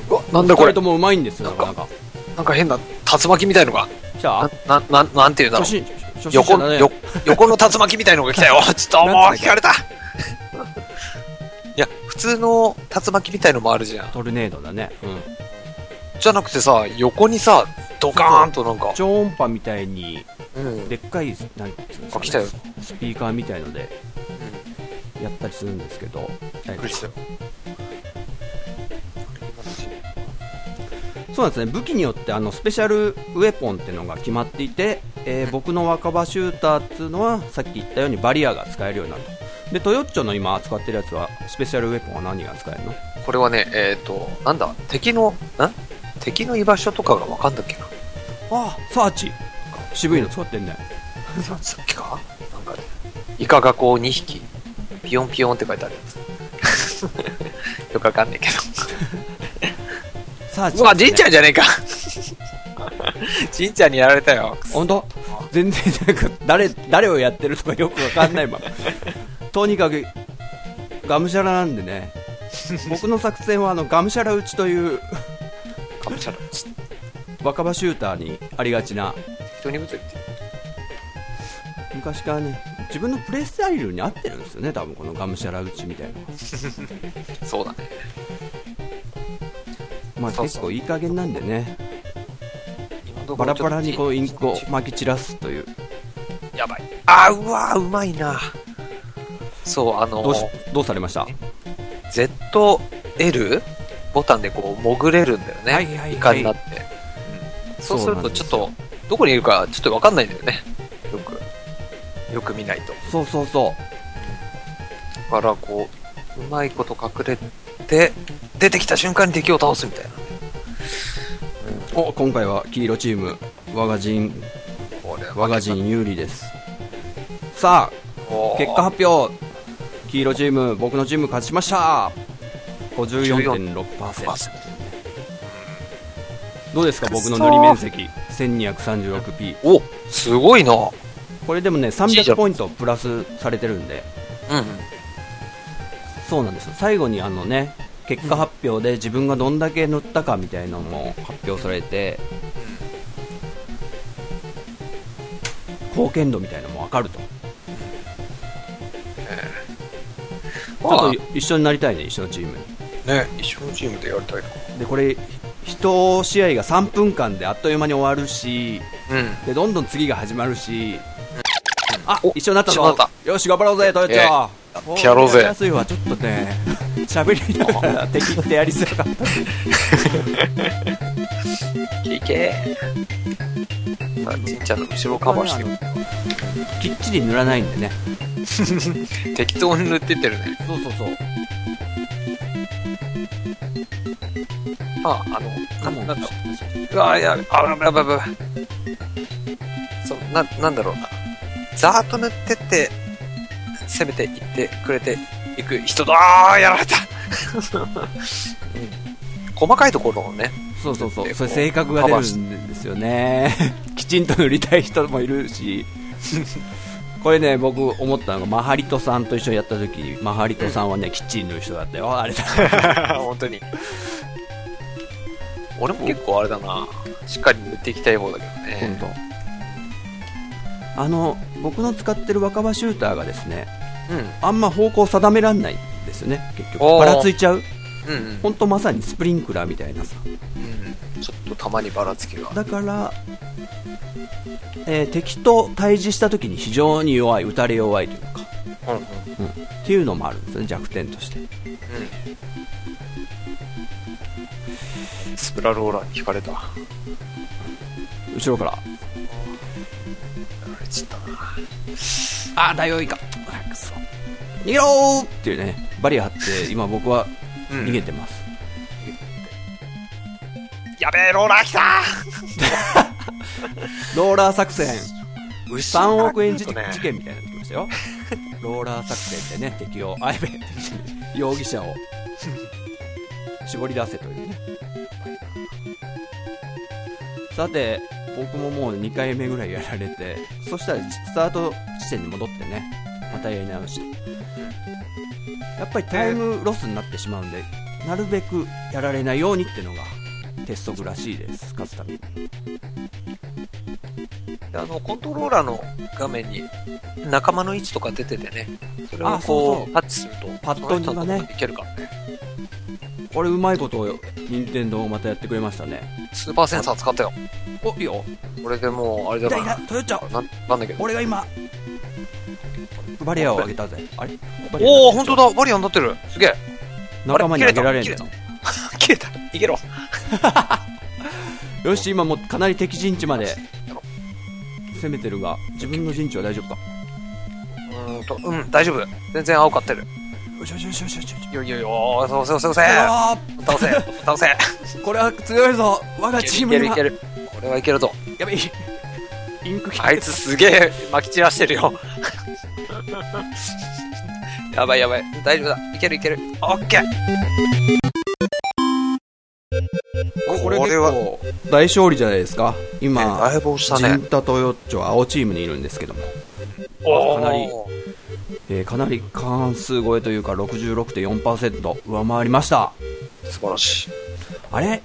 Speaker 2: うわ、なんだこ
Speaker 1: 二人
Speaker 2: れ。
Speaker 1: ともうまいんですよな
Speaker 2: なん
Speaker 1: か
Speaker 2: か
Speaker 1: なか
Speaker 2: なんか変な竜巻みたいのが。
Speaker 1: じゃあ
Speaker 2: な、な、ななんていうんだろ
Speaker 1: 初
Speaker 2: う。
Speaker 1: 心初心
Speaker 2: 横
Speaker 1: 者だ
Speaker 2: の、
Speaker 1: ね
Speaker 2: よ横の竜巻みたいのが来たよ。ちょっともう
Speaker 1: なんつうの
Speaker 2: 聞かれた。いや、普通の竜巻みたいのもあるじゃん。
Speaker 1: トルネードだね、うん、
Speaker 2: じゃなくてさ、横にさ、ドカーンとなんか。
Speaker 1: 超音波みたいに
Speaker 2: うん。
Speaker 1: でっかいなんていうんですか
Speaker 2: あ来たよ
Speaker 1: スピーカーみたいので
Speaker 2: うん
Speaker 1: やったりするんですけど、
Speaker 2: びっくりしたよ。
Speaker 1: そうなんですね武器によってあのスペシャルウェポンっていうのが決まっていて、えー僕の若葉シューターっていうのはさっき言ったようにバリアが使えるようになるとでトヨッチョの今使ってるやつはスペシャルウェポンは何が使えるの
Speaker 2: これはね、えっ、と、なんだ、敵の、ん敵の居場所とかがわかんだっけな。
Speaker 1: ああサーチ渋いの使ってんね
Speaker 2: ささっきかなんかね、イカがこう2匹、ピヨンピヨンって書いてあるやつ。 よくわかんないけど。
Speaker 1: サーチ
Speaker 2: うわ、じんちゃ
Speaker 1: ん
Speaker 2: んじゃねえ か。じんちゃんにやられたよ。
Speaker 1: 本当全然なんか誰誰をやってるとかよくわかんない ままとにかくがむしゃらなんで ね僕の作戦はあのがむしゃら打ちという
Speaker 2: かぶちゃら。
Speaker 1: 若葉シューターにありがちな
Speaker 2: 人に打てっていう。
Speaker 1: 昔からね自分のプレイスタイルに合ってるんですよね多分このがむしゃら打ちみたいな
Speaker 2: そうだね。
Speaker 1: まあ
Speaker 2: そうそう
Speaker 1: 結構いい加減なんでね
Speaker 2: 今のと
Speaker 1: バ
Speaker 2: ころ
Speaker 1: ラ
Speaker 2: ちょ
Speaker 1: バ
Speaker 2: っと
Speaker 1: ラにこうインクを撒き散らすという
Speaker 2: やばい。あー、うわー、うまいな。そう、あの
Speaker 1: どうしどうされました
Speaker 2: ZL ボタンでこう潜れるんだよね、
Speaker 1: はいはいはい
Speaker 2: イカになって、うんそうす
Speaker 1: そう
Speaker 2: る
Speaker 1: なん
Speaker 2: と
Speaker 1: です
Speaker 2: ち
Speaker 1: よ
Speaker 2: ょっとどこにいるかちょっと分かんないんだよねよくよく見ないと
Speaker 1: そうそうそ
Speaker 2: だからこううまいこと隠れて出てきた瞬間に敵を倒すみたいな
Speaker 1: うお今回は黄色チーム我が陣
Speaker 2: これは
Speaker 1: 我が陣有利ですさ
Speaker 2: お
Speaker 1: あ
Speaker 2: ー
Speaker 1: 結果発表黄色チーム僕のチーム勝ちました54.6%どうですか僕の塗り面積 1236p
Speaker 2: おすごいなうん
Speaker 1: これでもね300ポイントプラスされてるんでそうなんですよ最後にあのね結果発表で自分がどんだけ塗ったかみたいなのも発表されて貢献度みたいなのも分かるとちょっと一緒になりたいね一緒のチームに
Speaker 2: ね一緒のチームでやりたいとか
Speaker 1: でこれ1試合が3分間であっという間に終わるし
Speaker 2: うん
Speaker 1: でどんどん次が始まるしあ
Speaker 2: お
Speaker 1: 一緒になった
Speaker 2: 一緒にな
Speaker 1: ぞ
Speaker 2: っ
Speaker 1: よし頑張ろうぜトヨち
Speaker 2: ええ
Speaker 1: ゃん
Speaker 2: ってやろうぜ
Speaker 1: やりやすいわちょっとね喋りながら敵ってやりづらかった
Speaker 2: いけさあちんちゃんの後ろカバーして
Speaker 1: ここはねあのきっちり塗らないんでね
Speaker 2: 適当に塗ってってるね
Speaker 1: そうそうそう
Speaker 2: まああの
Speaker 1: カ
Speaker 2: な
Speaker 1: モン
Speaker 2: なんだろううわいやあやばいやばいやばいそうななんだろうなざーっと塗ってって攻めていってくれていく人だあーやられ た、うん、細かいところをね
Speaker 1: そうそうそう
Speaker 2: で
Speaker 1: それ性格が出るんですよねきちんと塗りたい人もいるしこれね僕思ったのがマハリトさんと一緒にやった時マハリトさんはねきっちり塗る人だったよあれだ
Speaker 2: 本当に俺も結構あれだなしっかり塗っていきたい方だけど
Speaker 1: 本
Speaker 2: ね、
Speaker 1: 当あの僕の使ってる若葉シューターがですね
Speaker 2: うん、
Speaker 1: あんま方向定めらんないんですよね結
Speaker 2: お
Speaker 1: 局
Speaker 2: ー
Speaker 1: ばらついちゃう
Speaker 2: うんうん
Speaker 1: 本当まさにスプリンクラーみたいなさ
Speaker 2: うんちょっとたまにばらつきが
Speaker 1: だから、えー敵と対峙した時に非常に弱い打たれ弱いというか、
Speaker 2: うんうん
Speaker 1: うん、っていうのもあるんですね弱点として
Speaker 2: うんスプラローラーに引かれたや
Speaker 1: 後ろから
Speaker 2: られちゃったな
Speaker 1: ああダイオウイカあくそ逃げろーっていうねバリア張って今僕は逃げてます、
Speaker 2: やべえローラー来た
Speaker 1: ローラー作戦
Speaker 2: 牛
Speaker 1: 3億円事,、
Speaker 2: ね
Speaker 1: 事件みたいになってきましたよローラー作戦でね敵をあやべえ敵容疑者を絞り出せというねさて僕ももう2回目ぐらいやられてそしたらスタート地点に戻ってねまたやり直してやっぱりタイムロスになってしまうんでなるべくやられないようにっていうのが鉄則らしいです勝つために
Speaker 2: あのコントローラーの画面に仲間の位置とか出ててねそれを
Speaker 1: あそうそ
Speaker 2: こ
Speaker 1: う
Speaker 2: うタッチすると
Speaker 1: パッと見がね
Speaker 2: その人のとこまでいけるからね
Speaker 1: これうまいことを任天堂またやってくれましたね
Speaker 2: スーパーセンサー使ったよ
Speaker 1: おいいよ
Speaker 2: これでもうあれだ
Speaker 1: 痛い
Speaker 2: な
Speaker 1: なトヨちゃん
Speaker 2: ななんだけど
Speaker 1: 俺が今バリアを上げたぜあれバリア
Speaker 2: おお本当だバリアンになってるす げえ
Speaker 1: 仲間に上げられん
Speaker 2: 切れ
Speaker 1: だ
Speaker 2: た切れた逃げろ
Speaker 1: よし今もうかなり敵陣地まで
Speaker 2: やろ
Speaker 1: 攻めてるが自分の陣地は大丈夫か
Speaker 2: うーんとうん大丈夫全然青かってる
Speaker 1: よしよしよしよしよしよし
Speaker 2: よいよいよそうそうそうそう
Speaker 1: あ
Speaker 2: 倒せ倒せ
Speaker 1: ーこれは強いぞ我 がチー
Speaker 2: い
Speaker 1: ム
Speaker 2: ける
Speaker 1: には
Speaker 2: いけるこれはいけるぞ
Speaker 1: やべえインク切れた
Speaker 2: あいつすげえ撒き散らしてるよ やばいやばい大丈夫だいけるいけるオッケー
Speaker 1: おこれ
Speaker 2: こ
Speaker 1: 結
Speaker 2: れは
Speaker 1: 構大勝利じゃないですか今
Speaker 2: いぶ押し
Speaker 1: ジンタトヨッチョは青チームにいるんですけども、
Speaker 2: おー
Speaker 1: かなりえーかなり過半数超えというか66.4%上回りました
Speaker 2: 素晴らしい
Speaker 1: あれ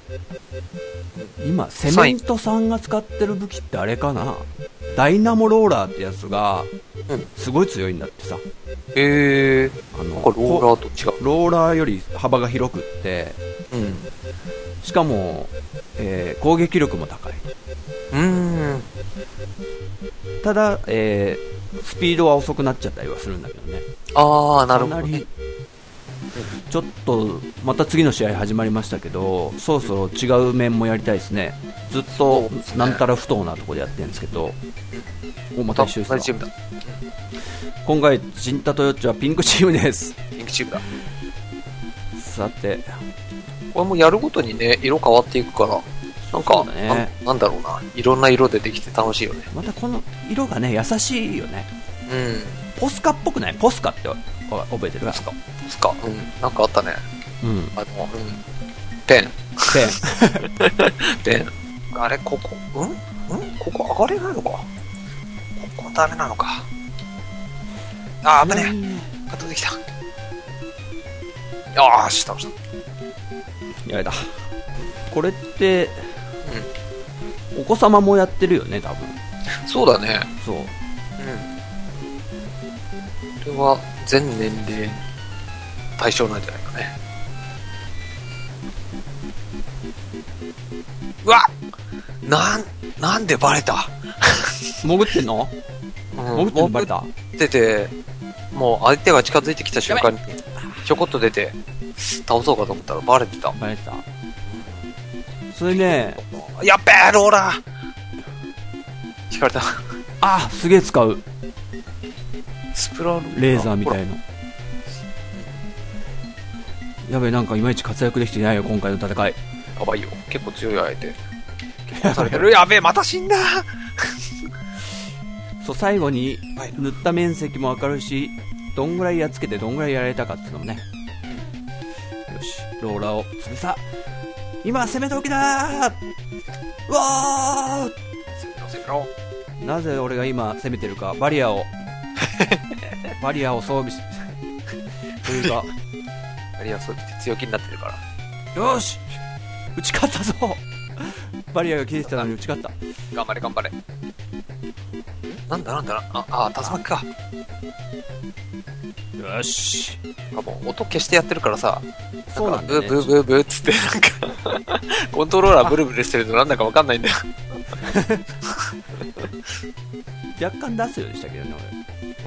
Speaker 1: 今セメントさんが使ってる武器ってあれかなダイナモローラーってやつが
Speaker 2: うん
Speaker 1: すごい強いんだってさ
Speaker 2: へえ
Speaker 1: あ
Speaker 2: な
Speaker 1: の
Speaker 2: んかローラーと違う
Speaker 1: ローラーより幅が広くって
Speaker 2: うん
Speaker 1: しかも、えー攻撃力も高いう
Speaker 2: ーん
Speaker 1: ただ、えースピードは遅くなっちゃったりはするんだけどね
Speaker 2: ああなるほど
Speaker 1: かな
Speaker 2: ね
Speaker 1: りちょっとまた次の試合始まりましたけどそろそろ違う面もやりたいですねずっ
Speaker 2: そう
Speaker 1: と
Speaker 2: ですね
Speaker 1: なんたら不当なとこでやってるんですけどおまた
Speaker 2: 同
Speaker 1: 一緒
Speaker 2: じ
Speaker 1: です
Speaker 2: チー
Speaker 1: か
Speaker 2: ムだ
Speaker 1: 今回ジンタとヨッチはピンクチームです
Speaker 2: 人気チームだ
Speaker 1: さて
Speaker 2: これもやるごとにね色変わっていくからなん
Speaker 1: そ
Speaker 2: か、
Speaker 1: うだね
Speaker 2: なんなんだろうないろんな色でできて楽しいよね
Speaker 1: またこの色がね優しいよね
Speaker 2: うん
Speaker 1: ポスカっぽくないポスカってお覚えてる
Speaker 2: ですかですかうんなんかあったね
Speaker 1: うん
Speaker 2: あのうんペン
Speaker 1: で
Speaker 2: で、あれ、ここ、うんうんここ上がれないのかここダメなのか。あー、危ねえ。カットできた。よーし、倒した。
Speaker 1: やれたこれってお子様もやってるよね多分
Speaker 2: うん。そうだね。
Speaker 1: そう
Speaker 2: うん。これは、全年齢対象なんじゃないかね。うわなん、なんでバレた、
Speaker 1: 潜ってんの
Speaker 2: うん、
Speaker 1: 潜ってんのバレた
Speaker 2: ってて、もう相手が近づいてきた瞬間に、ちょこっと出て、倒そうかと思ったらバレてた。
Speaker 1: バレてたそれね
Speaker 2: やっべえ、ローラー引かれた。
Speaker 1: あすげえ使う
Speaker 2: スプラローラ
Speaker 1: レーザーみた
Speaker 2: ほ
Speaker 1: いなやべえなんかいまいち活躍できてないよ今回の戦い
Speaker 2: らやばいよ。結構強い相手。結構されてる。やべえ、また死んだ
Speaker 1: そう最後に
Speaker 2: はい
Speaker 1: 塗った面積も明るいしどんぐらいやっつけてどんぐらいやられたかっていうのもねよしローラーを潰さ今攻め時だーうわ
Speaker 2: せめろせめろ
Speaker 1: ーなぜ俺が今攻めてるかバリア をバリアを装備しというか
Speaker 2: ありがとう。強気になってるから。
Speaker 1: よーし打ち勝ったぞバリアが切れてたのに打ち勝った
Speaker 2: 頑張れ、頑張れ。なんだなんだな。あ、あ、竜巻か。
Speaker 1: よし
Speaker 2: なんかもう音消してやってるからさ、
Speaker 1: そうなんだ、ね、
Speaker 2: ブーブーブーブーっつって、なんか、 コントローラーブルブルしてるのなんだかわかんないんだよ。
Speaker 1: 若干出すようでしたけどね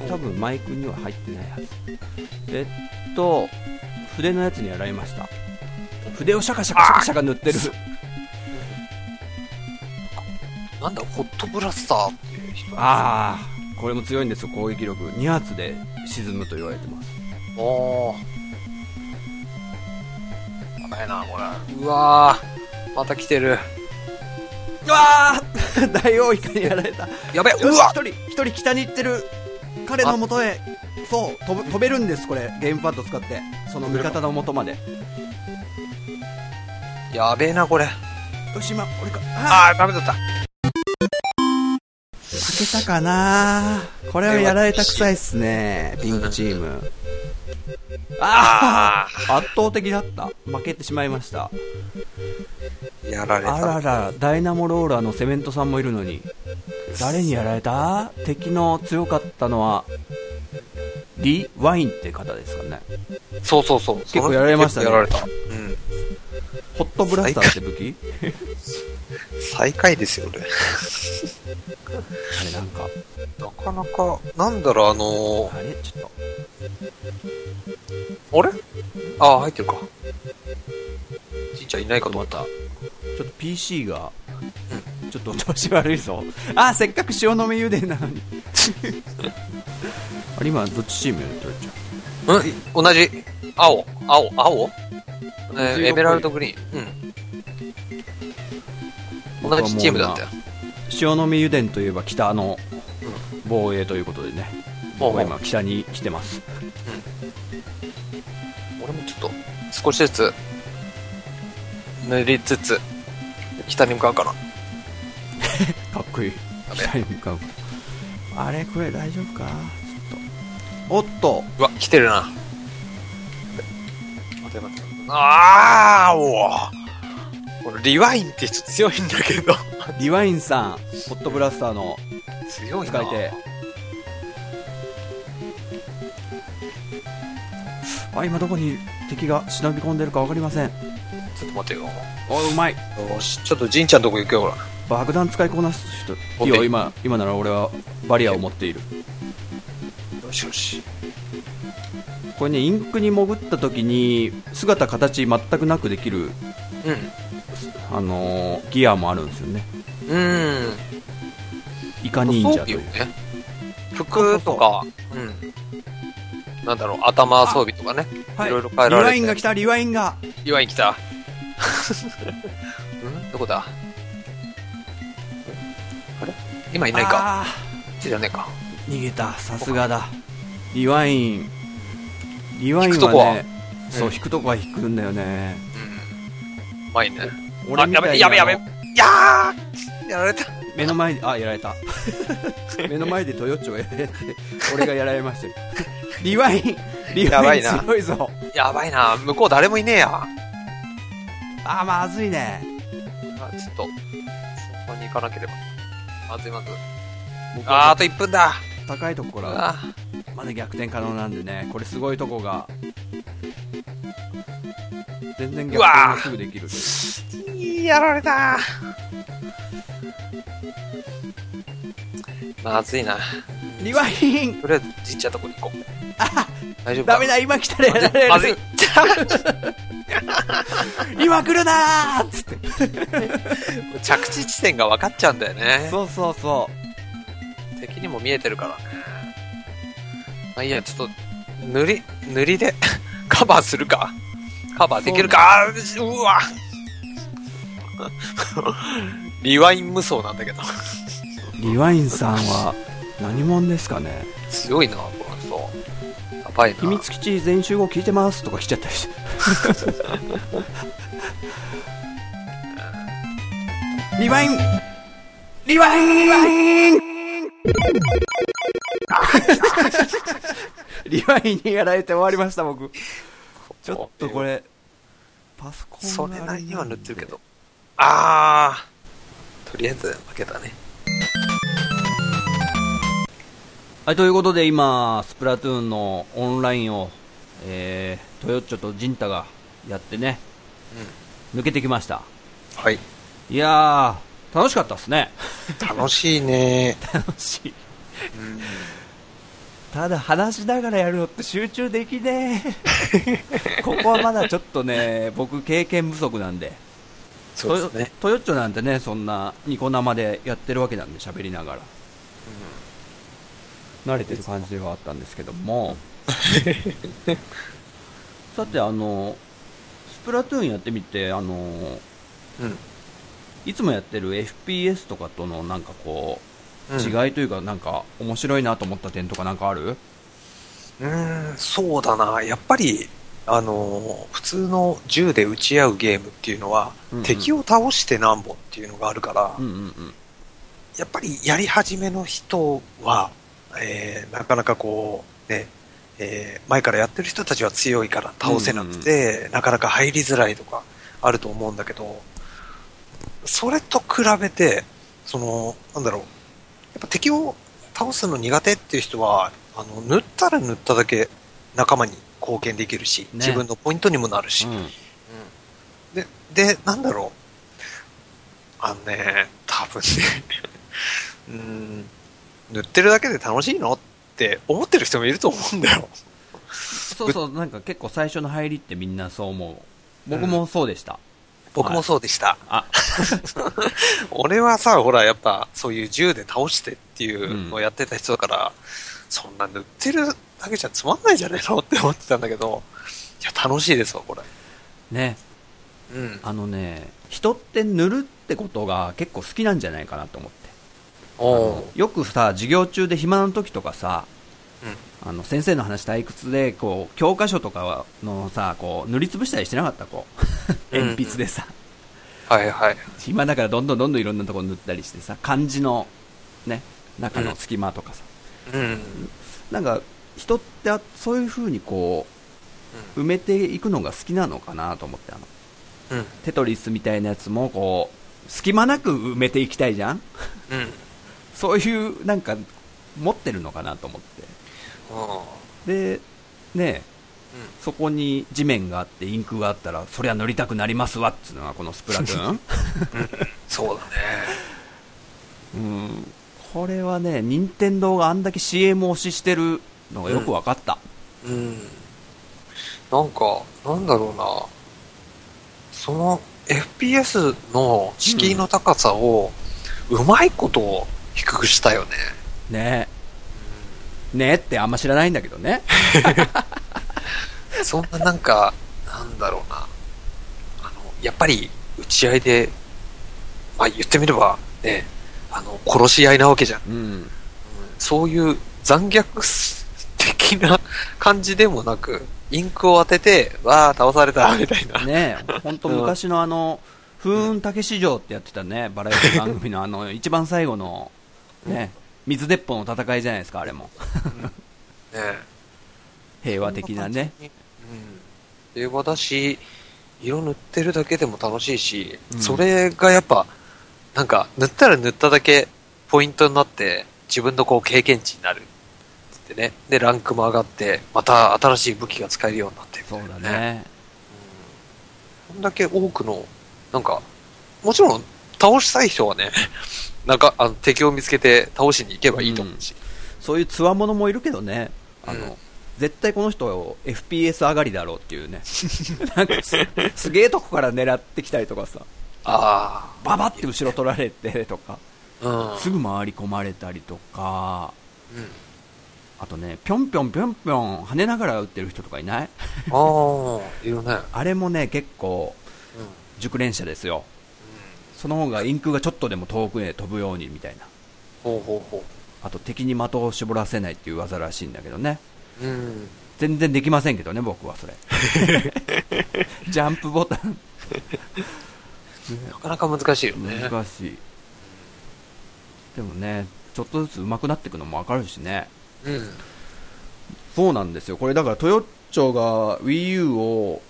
Speaker 1: 俺多分マイクには入ってないはずえっと筆のやつにやられました筆をシャカシャカシャカシャカ塗ってる
Speaker 2: なんだ、ホットブラスターっていう人
Speaker 1: ああこれも強いんですよ攻撃力2発で沈むと言われてます
Speaker 2: おー。やばいな、これ。うわー。また来てる。
Speaker 1: うわー 大王イカにやられた
Speaker 2: やべえ、
Speaker 1: よ
Speaker 2: う
Speaker 1: し
Speaker 2: わ
Speaker 1: 一人一人北に行ってる彼の元へそう飛ぶ飛べるんですこれゲームパッド使ってその味方の元まで
Speaker 2: やべえな、これ。
Speaker 1: よし今俺かあ
Speaker 2: あー、ダメだった。
Speaker 1: ー負けたかなこれはやられたくさいっすねピンクチームあ
Speaker 2: あ
Speaker 1: あ圧倒的だった負けてしまいました
Speaker 2: ー。やられた。
Speaker 1: あららダイナモローラーのセメントさんもいるのに誰にやられた敵の強かったのはリ・ワインって方ですかね
Speaker 2: そうそうそう。結
Speaker 1: 構やられましたね
Speaker 2: やられた。うん。
Speaker 1: ホットブラスターって武器
Speaker 2: 最下位ですよ、俺。
Speaker 1: あれなんか
Speaker 2: なかなか、なんだろう、あの
Speaker 1: あれちょっと
Speaker 2: ー、あれあー、入ってるか。じいちゃんいないかと思った。
Speaker 1: ちょっと PC が、ちょっと調子悪いぞ。あ、せっかく塩のみゆでなのに。 あれ、今、どっちチームやるとれちゃ
Speaker 2: うん、い同じ。青、青、青え
Speaker 1: 水色っぽい
Speaker 2: ーエメラルドグリーン。うん。同じチームだったよ。
Speaker 1: う。塩のみゆでんといえば北の防衛ということでね。
Speaker 2: ほう
Speaker 1: 僕は今、北に来てます。
Speaker 2: 俺もちょっと、少しずつ、塗りつつ、北に向かうかな。
Speaker 1: かっこいい。
Speaker 2: べえ
Speaker 1: 北に向かう。あれ、これ大丈夫かちょっと。おっと、
Speaker 2: うわ、来てるな。待て待て。あー、おーこのリワインってちょっと強いんだけど。
Speaker 1: リワインさん、ホットブラスターの
Speaker 2: 強いな
Speaker 1: 使い手。あ、今どこに敵が忍び込んでるか分かりません。
Speaker 2: ちょっと待てよ。
Speaker 1: お、うまい。
Speaker 2: よし、ちょっとじんちゃんのとこ行くよ、ほら。
Speaker 1: 爆弾使いこなす人。
Speaker 2: オ
Speaker 1: い
Speaker 2: ッ
Speaker 1: い
Speaker 2: ケー
Speaker 1: よ、今、今なら俺はバリアを持っている。
Speaker 2: よしよし。
Speaker 1: これね、インクに潜った時に、姿形全くなくできる、
Speaker 2: う
Speaker 1: あのーギアもあるんですよね。
Speaker 2: ん。うん。
Speaker 1: イカ忍者とい
Speaker 2: 装
Speaker 1: う
Speaker 2: 備を。ね。服とか、うん。なんだろう、頭装備とかね。いろいろ変えられて
Speaker 1: リワインが来た、リワインが。
Speaker 2: 岩井来 た。うんどこだあれ今いないか。
Speaker 1: あー
Speaker 2: こっちじゃねえか。
Speaker 1: 逃げたさすがだリワインリワイン
Speaker 2: 引くとこ
Speaker 1: は
Speaker 2: は
Speaker 1: ねそう、
Speaker 2: うん
Speaker 1: 引くとこは引くんだよね
Speaker 2: うん。うまいね。
Speaker 1: 俺みたいに
Speaker 2: やべやべ
Speaker 1: あの
Speaker 2: やーやられた。
Speaker 1: 目の前であやられ た目の前でトヨッチョをやられて俺がやられ ましたよリワインリ
Speaker 2: や
Speaker 1: ワ
Speaker 2: ば
Speaker 1: イン
Speaker 2: いな
Speaker 1: 強いぞ
Speaker 2: やばいな。向こう誰もいねえや。あ
Speaker 1: あーまずいね
Speaker 2: ちょっと、そこに行かなければ。まずいまずい。
Speaker 1: 僕
Speaker 2: あー、
Speaker 1: は
Speaker 2: あと1分だ。
Speaker 1: 高いとこから
Speaker 2: あー
Speaker 1: まだ逆転可能なんでねこれすごいとこが全然逆転がすぐできる
Speaker 2: やられた。まずいな。
Speaker 1: リワイン
Speaker 2: とりあえず、じっちゃんとこに行こう。 大丈夫か
Speaker 1: ダメだ今来たらやられる
Speaker 2: まずい。
Speaker 1: 今来るなーっつって
Speaker 2: 着地地点が分かっちゃうんだよね。
Speaker 1: そうそうそ
Speaker 2: 敵にも見えてるからね。まあいいや、ちょっと、塗り、塗りで カバーするか。カバーできるか。あーうわ リワイン無双なんだけど。
Speaker 1: うリワインさんは何者ですかね
Speaker 2: 強いな、この人。やばいな。
Speaker 1: 秘密基地全集合聞いてますとか来ちゃったりしてリワインリワインリワインにやられて終わりました僕ちょっとこれパソコン
Speaker 2: それ
Speaker 1: が
Speaker 2: なりには塗ってるけど。あー。とりあえず負けたね。
Speaker 1: はい、ということで今、スプラトゥーンのオンラインを、えー、トヨッチョとジンタがやってね、抜けてきました。
Speaker 2: うん。はい。
Speaker 1: いやー、楽しかったですね。
Speaker 2: 楽しいね。
Speaker 1: 楽しい。
Speaker 2: うん
Speaker 1: ただ話しながらやるのって集中できね え。ここはまだちょっとね、僕経験不足なんで。
Speaker 2: そうですね。
Speaker 1: トヨトヨッチョなんてね、そんなニコ生でやってるわけなんで、喋りながら。慣れてる感じではあったんですけども さてあのスプラトゥーンやってみてあの
Speaker 2: うん。うん
Speaker 1: いつもやってる FPS とかとのなんかこう、
Speaker 2: うん
Speaker 1: 違いというかなんか面白いなと思った点とかなんかある
Speaker 2: うーん、そうだな。やっぱり、あのー普通の銃で撃ち合うゲームっていうのは、
Speaker 1: うんうん
Speaker 2: 敵を倒してなんぼっていうのがあるから、
Speaker 1: うんうんうん
Speaker 2: やっぱりやり始めの人は、えーなかなかこう、ね、えー前からやってる人たちは強いから倒せなくて、なかなか入りづらいとかあると思うんだけど、それと比べて、その、なんだろう、やっぱ敵を倒すの苦手っていう人は、あの、塗ったら塗っただけ仲間に貢献できるし、自分のポイントにもなるし、
Speaker 1: うん
Speaker 2: で、で、なんだろう。あのね、多分ね、 うーん、塗ってるだけで楽しいのって思ってる人もいると思うんだよ。
Speaker 1: そうそうなんか結構最初の入りってみんなそう思う僕もそうでした、
Speaker 2: 僕もそうでした。
Speaker 1: あ
Speaker 2: 俺はさ、ほら、やっぱ、そういう銃で倒してっていうの
Speaker 1: う
Speaker 2: を
Speaker 1: ん
Speaker 2: やってた人だから、そんな塗ってるだけじゃつまんないじゃねえのって思ってたんだけど、いや、楽しいですわ、これ。
Speaker 1: ね
Speaker 2: うん。
Speaker 1: あのね人って塗るってことが結構好きなんじゃないかなと思って
Speaker 2: おう
Speaker 1: よくさ授業中で暇の時とかさ
Speaker 2: うん。
Speaker 1: あの先生の話退屈でこう教科書とかのさこう塗りつぶしたりしてなかったこう
Speaker 2: うん
Speaker 1: 鉛筆でさ、
Speaker 2: はいはい。
Speaker 1: 暇だからどんどんどんどんいろんなとこ塗ったりしてさ漢字のね中の隙間とかさ、
Speaker 2: うん。
Speaker 1: なんか人ってあそういう風にこう埋めていくのが好きなのかなと思ってあの
Speaker 2: うん。
Speaker 1: テトリスみたいなやつもこう隙間なく埋めていきたいじゃん
Speaker 2: うん。うん。
Speaker 1: そういうなんか持ってるのかなと思ってでねそこに地面があってインクがあったらそりゃ塗りたくなりますわっつうのがこのスプラトゥーン
Speaker 2: そうだね。
Speaker 1: うんこれはね任天堂があんだけ CM 推ししてるのがよく分かった、
Speaker 2: うん。なんか、なんだろうな。その FPS の敷居の高さを、うまいこと低くしたよね。
Speaker 1: ねえねえってあんま知らないんだけどね
Speaker 2: そんななんか、なんだろうな。あの、やっぱり、打ち合いで、まあ言ってみれば、ね、あの、殺し合いなわけじゃん。
Speaker 1: うん
Speaker 2: そういう残虐的な感じでもなく、インクを当てて、わあ、倒された、みたいな。
Speaker 1: ねえ、本当昔のあの、風雲竹市場ってやってたね、バラエティ番組のあの、一番最後の、ね、水鉄砲の戦いじゃないですか、あれも。
Speaker 2: ね
Speaker 1: 平和的なね。。
Speaker 2: うん。平和だし、色塗ってるだけでも楽しいし、
Speaker 1: うん
Speaker 2: それがやっぱ、なんか、塗ったら塗っただけポイントになって、自分のこう経験値になる。つってね。で、ランクも上がって、また新しい武器が使えるようになってみた
Speaker 1: そ
Speaker 2: いうな
Speaker 1: だ。ね。
Speaker 2: うんこんだけ多くの、なんか、もちろん、倒したい人はね、 なんか、あの、敵を見つけて倒しに行けばいいと思うし。
Speaker 1: そういう強者もいるけどね、あの、
Speaker 2: うん
Speaker 1: 絶対この人を FPS 上がりだろうっていうね。 なんかす、すげえとこから狙ってきたりとかさ、
Speaker 2: あ
Speaker 1: ババって後ろ取られてとか、
Speaker 2: あ。うん。
Speaker 1: すぐ回り込まれたりとか、
Speaker 2: うん。
Speaker 1: あとね、ぴょんぴょんぴょんぴょん跳ねながら撃ってる人とかいない
Speaker 2: ああ、いるね。うん。
Speaker 1: あれもね、結構、熟練者ですよ。その方がインクがちょっとでも遠くへ飛ぶようにみたいな。
Speaker 2: ほうほうほ
Speaker 1: あと敵に的を絞らせないっていう技らしいんだけどね。
Speaker 2: う。うん。
Speaker 1: 全然できませんけどね、僕はそ れ。ジャンプボタン、
Speaker 2: なかなか難しいよね。
Speaker 1: 難しい。でもね、ちょっとずつ上手くなっていくのもわかるしね。
Speaker 2: うん。
Speaker 1: そうなんですよ。これだから、トヨッチョが Wii U を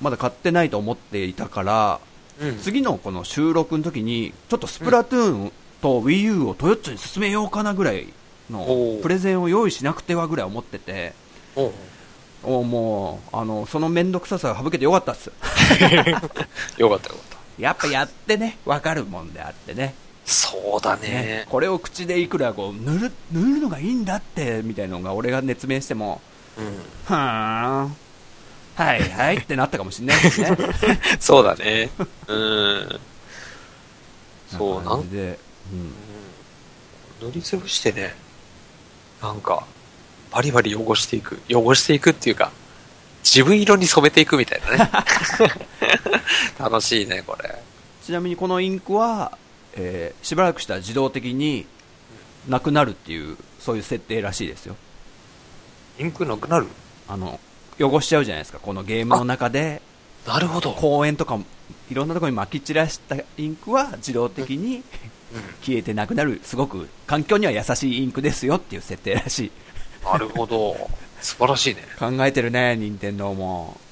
Speaker 1: まだ買ってないと思っていたから、
Speaker 2: うん。
Speaker 1: 次のこの収録の時に、ちょっとスプラトゥーンと Wii U をトヨッチョに進めようかなぐらいの
Speaker 2: おう
Speaker 1: プレゼンを用意しなくてはぐらい思ってて、
Speaker 2: ほう
Speaker 1: おうもう、あの、その面倒くささが省けてよかったっす。
Speaker 2: よかったよかった。
Speaker 1: やっぱやってね、わかるもんであってね。
Speaker 2: そうだ
Speaker 1: ね
Speaker 2: ね。
Speaker 1: これを口でいくらこう、塗る、塗るのがいいんだって、みたいなのが俺が熱弁しても、
Speaker 2: うん。
Speaker 1: はーん、はいはいってなったかもしれないですね。
Speaker 2: そうだね。 うん。 そう、なん
Speaker 1: 感じで。うん
Speaker 2: 塗りつぶしてね、なんか、バリバリ汚していく。汚していくっていうか、自分色に染めていくみたいな ね。楽しいね、これ。
Speaker 1: ちなみにこのインクは、えーしばらくしたら自動的になくなるっていう、そういう設定らしいですよ。
Speaker 2: インクなくなる
Speaker 1: あの、汚しちゃうじゃないですか、このゲームの中で、
Speaker 2: なるほど。
Speaker 1: 公園とかも、いろんなところに撒き散らしたインクは自動的 に
Speaker 2: うん
Speaker 1: 消えてなくなる、すごく環境には優しいインクですよっていう設定らしい。
Speaker 2: なるほど。素晴らしいね。
Speaker 1: 考えてる ね、任天堂も。
Speaker 2: うん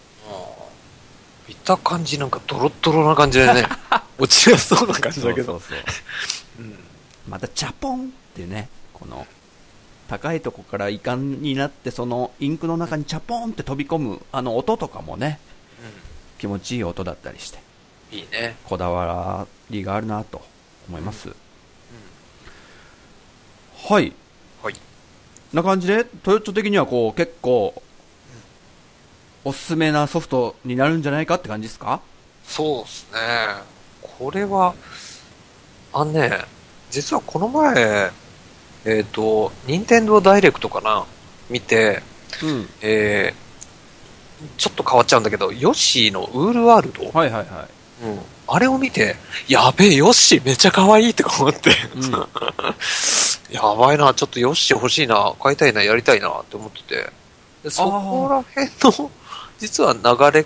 Speaker 2: 見た感じなんかドロッドロな感じでね、 落ちやすそうな感じだけ
Speaker 1: そ
Speaker 2: ど。
Speaker 1: うそうそう。
Speaker 2: うん
Speaker 1: またチャポンっていうね、この、高いとこから遺憾になって、そのインクの中にチャポンって飛び込む、あの音とかもね、気持ちいい音だったりして、
Speaker 2: うんいいね。
Speaker 1: こだわりがあるなと思います。はい。
Speaker 2: はい。
Speaker 1: な感じで、トヨッチョ的にはこう、結構、おすすめなソフトになるんじゃないかって感じですか
Speaker 2: そうですね。これは、あのね、実はこの前、えっ、と、任天堂ダイレクトかな見て、
Speaker 1: うん。
Speaker 2: えー、ちょっと変わっちゃうんだけど、ヨッシーのウールワールド、
Speaker 1: はいはいは
Speaker 2: うんあれを見て、やべえ、ヨッシーめっちゃ可愛いとか思って、
Speaker 1: い。うん。は
Speaker 2: やばいな、ちょっとヨッシー欲しいな、買いたいな、やりたいなって思ってて、でそこら辺の、実は流れ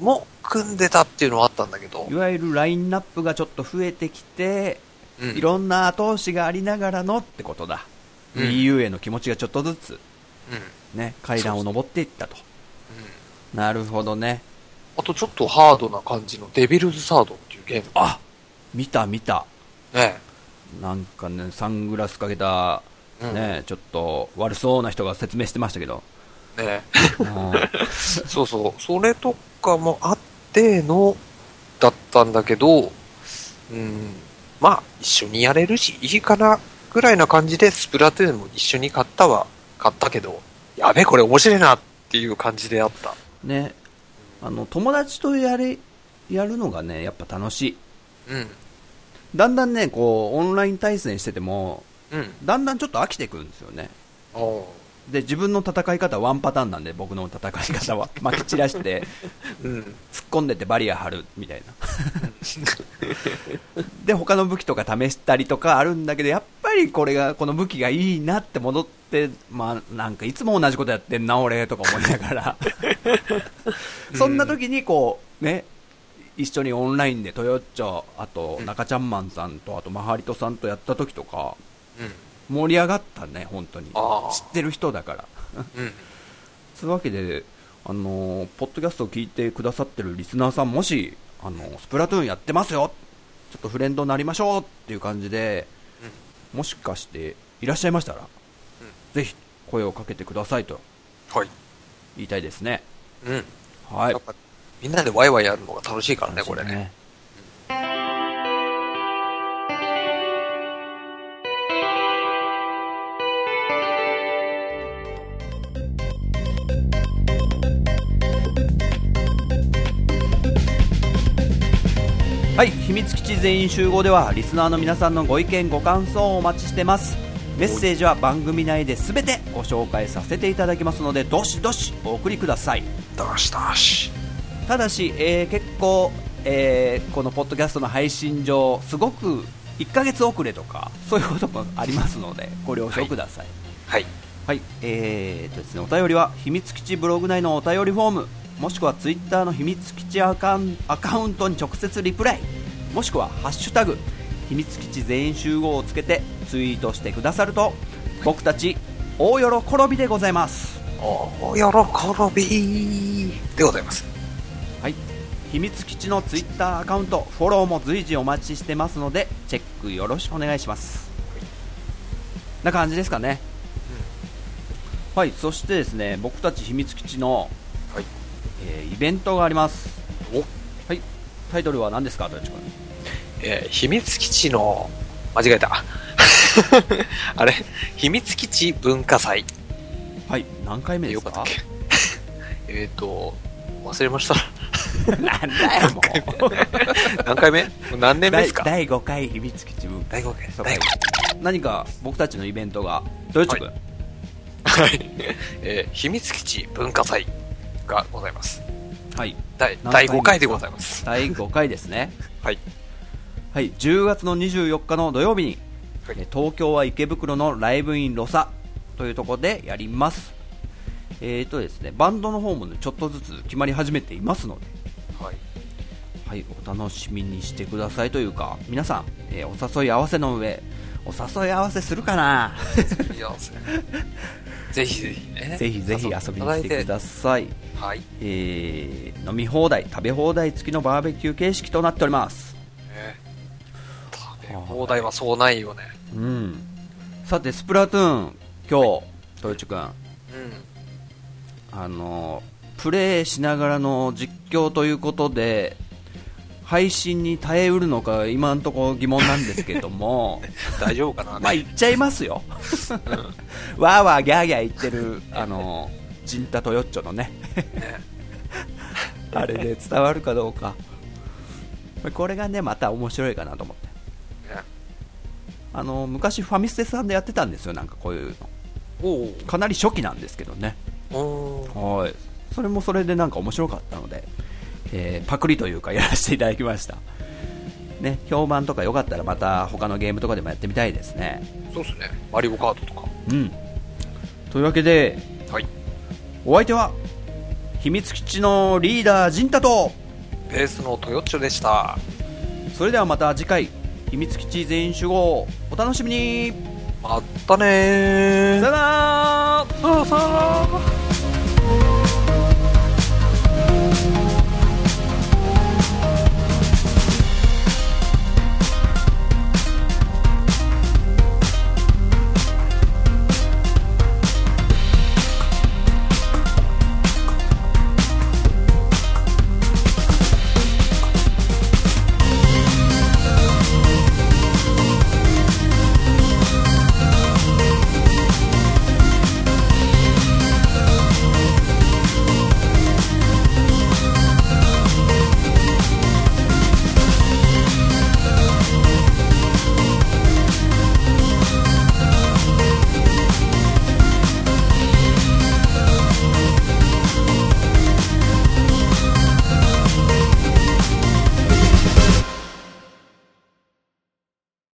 Speaker 2: も組んでたっていうのはあったんだけど
Speaker 1: い、い、わゆるラインナップがちょっと増えてきて、
Speaker 2: うん
Speaker 1: いろんな後押しがありながらのってことだ。
Speaker 2: うん
Speaker 1: EU への気持ちがちょっとずつ、
Speaker 2: うん
Speaker 1: ね、階段を登っていったと。
Speaker 2: うん
Speaker 1: なるほどね。
Speaker 2: あとちょっとハードな感じのデビルズサードっていうゲーム。
Speaker 1: あ見た見た。
Speaker 2: ね
Speaker 1: なんかね、サングラスかけた、
Speaker 2: え。うん、ね
Speaker 1: ね、ちょっと悪そうな人が説明してましたけど。
Speaker 2: え。
Speaker 1: う
Speaker 2: そうそう。それとかもあっての、だったんだけど、うん、まあ、一緒にやれるし、いいかな、ぐらいな感じで、スプラトゥーンも一緒に買ったは、買ったけど、やべえ、これ面白いなっていう感じであった。
Speaker 1: んね、あの、友達とやれ、やるのがね、やっぱ楽しい。
Speaker 2: うん。
Speaker 1: だんだんね、こう、オンライン対戦してても、
Speaker 2: うん。
Speaker 1: だんだんちょっと飽きてくるんですよね。
Speaker 2: おう
Speaker 1: で、自分の戦い方ワンパターンなんで、僕の戦い方は。 まき散らして、
Speaker 2: うん。
Speaker 1: 突っ込んでてバリア張る、みたいな。で、他の武器とか試したりとかあるんだけど、やっぱりこれが、この武器がいいなって戻って、まあ、なんかいつも同じことやってんな、俺、とか思いながら。そんな時に、こう、ね、一緒にオンラインでトヨッチョ、あと
Speaker 2: う、ん
Speaker 1: 中ちゃんマンさんと、あと、マハリトさんとやった時とか、
Speaker 2: うん。
Speaker 1: 盛り上がったね、本当に。
Speaker 2: ああ
Speaker 1: 知ってる人だから。
Speaker 2: うん。
Speaker 1: つうわけで、あのーポッドキャストを聞いてくださってるリスナーさん、もし、あのースプラトゥーンやってますよちょっとフレンドになりましょうっていう感じで、もしかしていらっしゃいましたら、ぜひ声をかけてくださいと
Speaker 2: はい。
Speaker 1: 言いたいですね。
Speaker 2: うん。
Speaker 1: はい。
Speaker 2: やっぱみんなでワイワイやるのが楽しいからね、これね。。
Speaker 1: はい、秘密基地全員集合ではリスナーの皆さんのご意見ご感想をお待ちしてますメッセージは番組内で全てご紹介させていただきますのでどしどしお送りください
Speaker 2: だしだし。
Speaker 1: ただし、えー結構、えーこのポッドキャストの配信上すごく1ヶ月遅れとかそういうこともありますのでご了承ください、
Speaker 2: はい。
Speaker 1: はい、えーとですね、お便りは秘密基地ブログ内のお便りフォーム、もしくはツイッターの秘密基地アカンアカウントに直接リプライ、もしくはハッシュタグ、秘密基地全員集合をつけてツイートしてくださると、僕たち大喜びでございます。
Speaker 2: おー、喜びでございます。
Speaker 1: はい、秘密基地のツイッターアカウント、フォローも随時お待ちしてますので、チェックよろしくお願いします。な感じですかね。はい、そしてですね、僕たち秘密基地の
Speaker 2: はい。
Speaker 1: えーイベントがあります
Speaker 2: お
Speaker 1: はいタイトルは何ですか豊地君
Speaker 2: えー秘密基地の、間違えた。 あれ秘密基地文化祭っ
Speaker 1: はい何回目
Speaker 2: て
Speaker 1: で
Speaker 2: よ
Speaker 1: す
Speaker 2: かった
Speaker 1: か
Speaker 2: っけ えっと、忘れました。
Speaker 1: なんだよもう
Speaker 2: 何回目何年目ですか
Speaker 1: 第5回秘密基地文化
Speaker 2: 第5回。
Speaker 1: そう
Speaker 2: 第五
Speaker 1: 何か僕たちのイベントが豊地君、
Speaker 2: 回。はい。えー秘密基地文化祭がございます。
Speaker 1: はい、
Speaker 2: 第
Speaker 1: 何
Speaker 2: 第
Speaker 1: 回目
Speaker 2: 5回でございます。
Speaker 1: 第5回ですね
Speaker 2: はい。
Speaker 1: はい10月の24日の土曜日に、
Speaker 2: はい
Speaker 1: えー東京は池袋のライブインロサというところでやりますえーとですねバンドの方もねちょっとずつ決まり始めていますので
Speaker 2: はい。
Speaker 1: はい、お楽しみにしてくださいというか、皆さん、えーお誘い合わせの上、お誘い合わせするかな
Speaker 2: いやそれぜひぜひ ね。
Speaker 1: ぜひぜひ遊びに来てく
Speaker 2: い
Speaker 1: ださい。
Speaker 2: ただいて。はい。
Speaker 1: えー飲み放題、食べ放題付きのバーベキュー形式となっております。
Speaker 2: ね食べ放題はそうないよね。
Speaker 1: うん。さて、スプラトゥーン、今日、豊地くん、
Speaker 2: うん。
Speaker 1: あのー、プレイしながらの実況ということで、配信に耐えうるのか、今のところ疑問なんですけども、
Speaker 2: 大丈夫かな
Speaker 1: まあ、言っちゃいますよ。わーわーギャーギャー言ってる、あの、ジンタトヨッチョのね、
Speaker 2: ね
Speaker 1: あれで伝わるかどうか。これがね、また面白いかなと思って。
Speaker 2: ね
Speaker 1: あの、昔ファミステさんでやってたんですよ、なんかこういうの。
Speaker 2: お
Speaker 1: かなり初期なんですけどね。
Speaker 2: おお
Speaker 1: はい。それもそれでなんか面白かったので、えーパクリというかやらせていただきました。ね、評判とかよかったらまた他のゲームとかでもやってみたいですね。
Speaker 2: そうっすねマリオカートとか
Speaker 1: うん。というわけで、
Speaker 2: はい
Speaker 1: お相手は秘密基地のリーダー陣太と
Speaker 2: ベースのトヨッチョでした
Speaker 1: それではまた次回秘密基地全員集合お楽しみに
Speaker 2: まったねー
Speaker 1: さよなら
Speaker 2: さよなら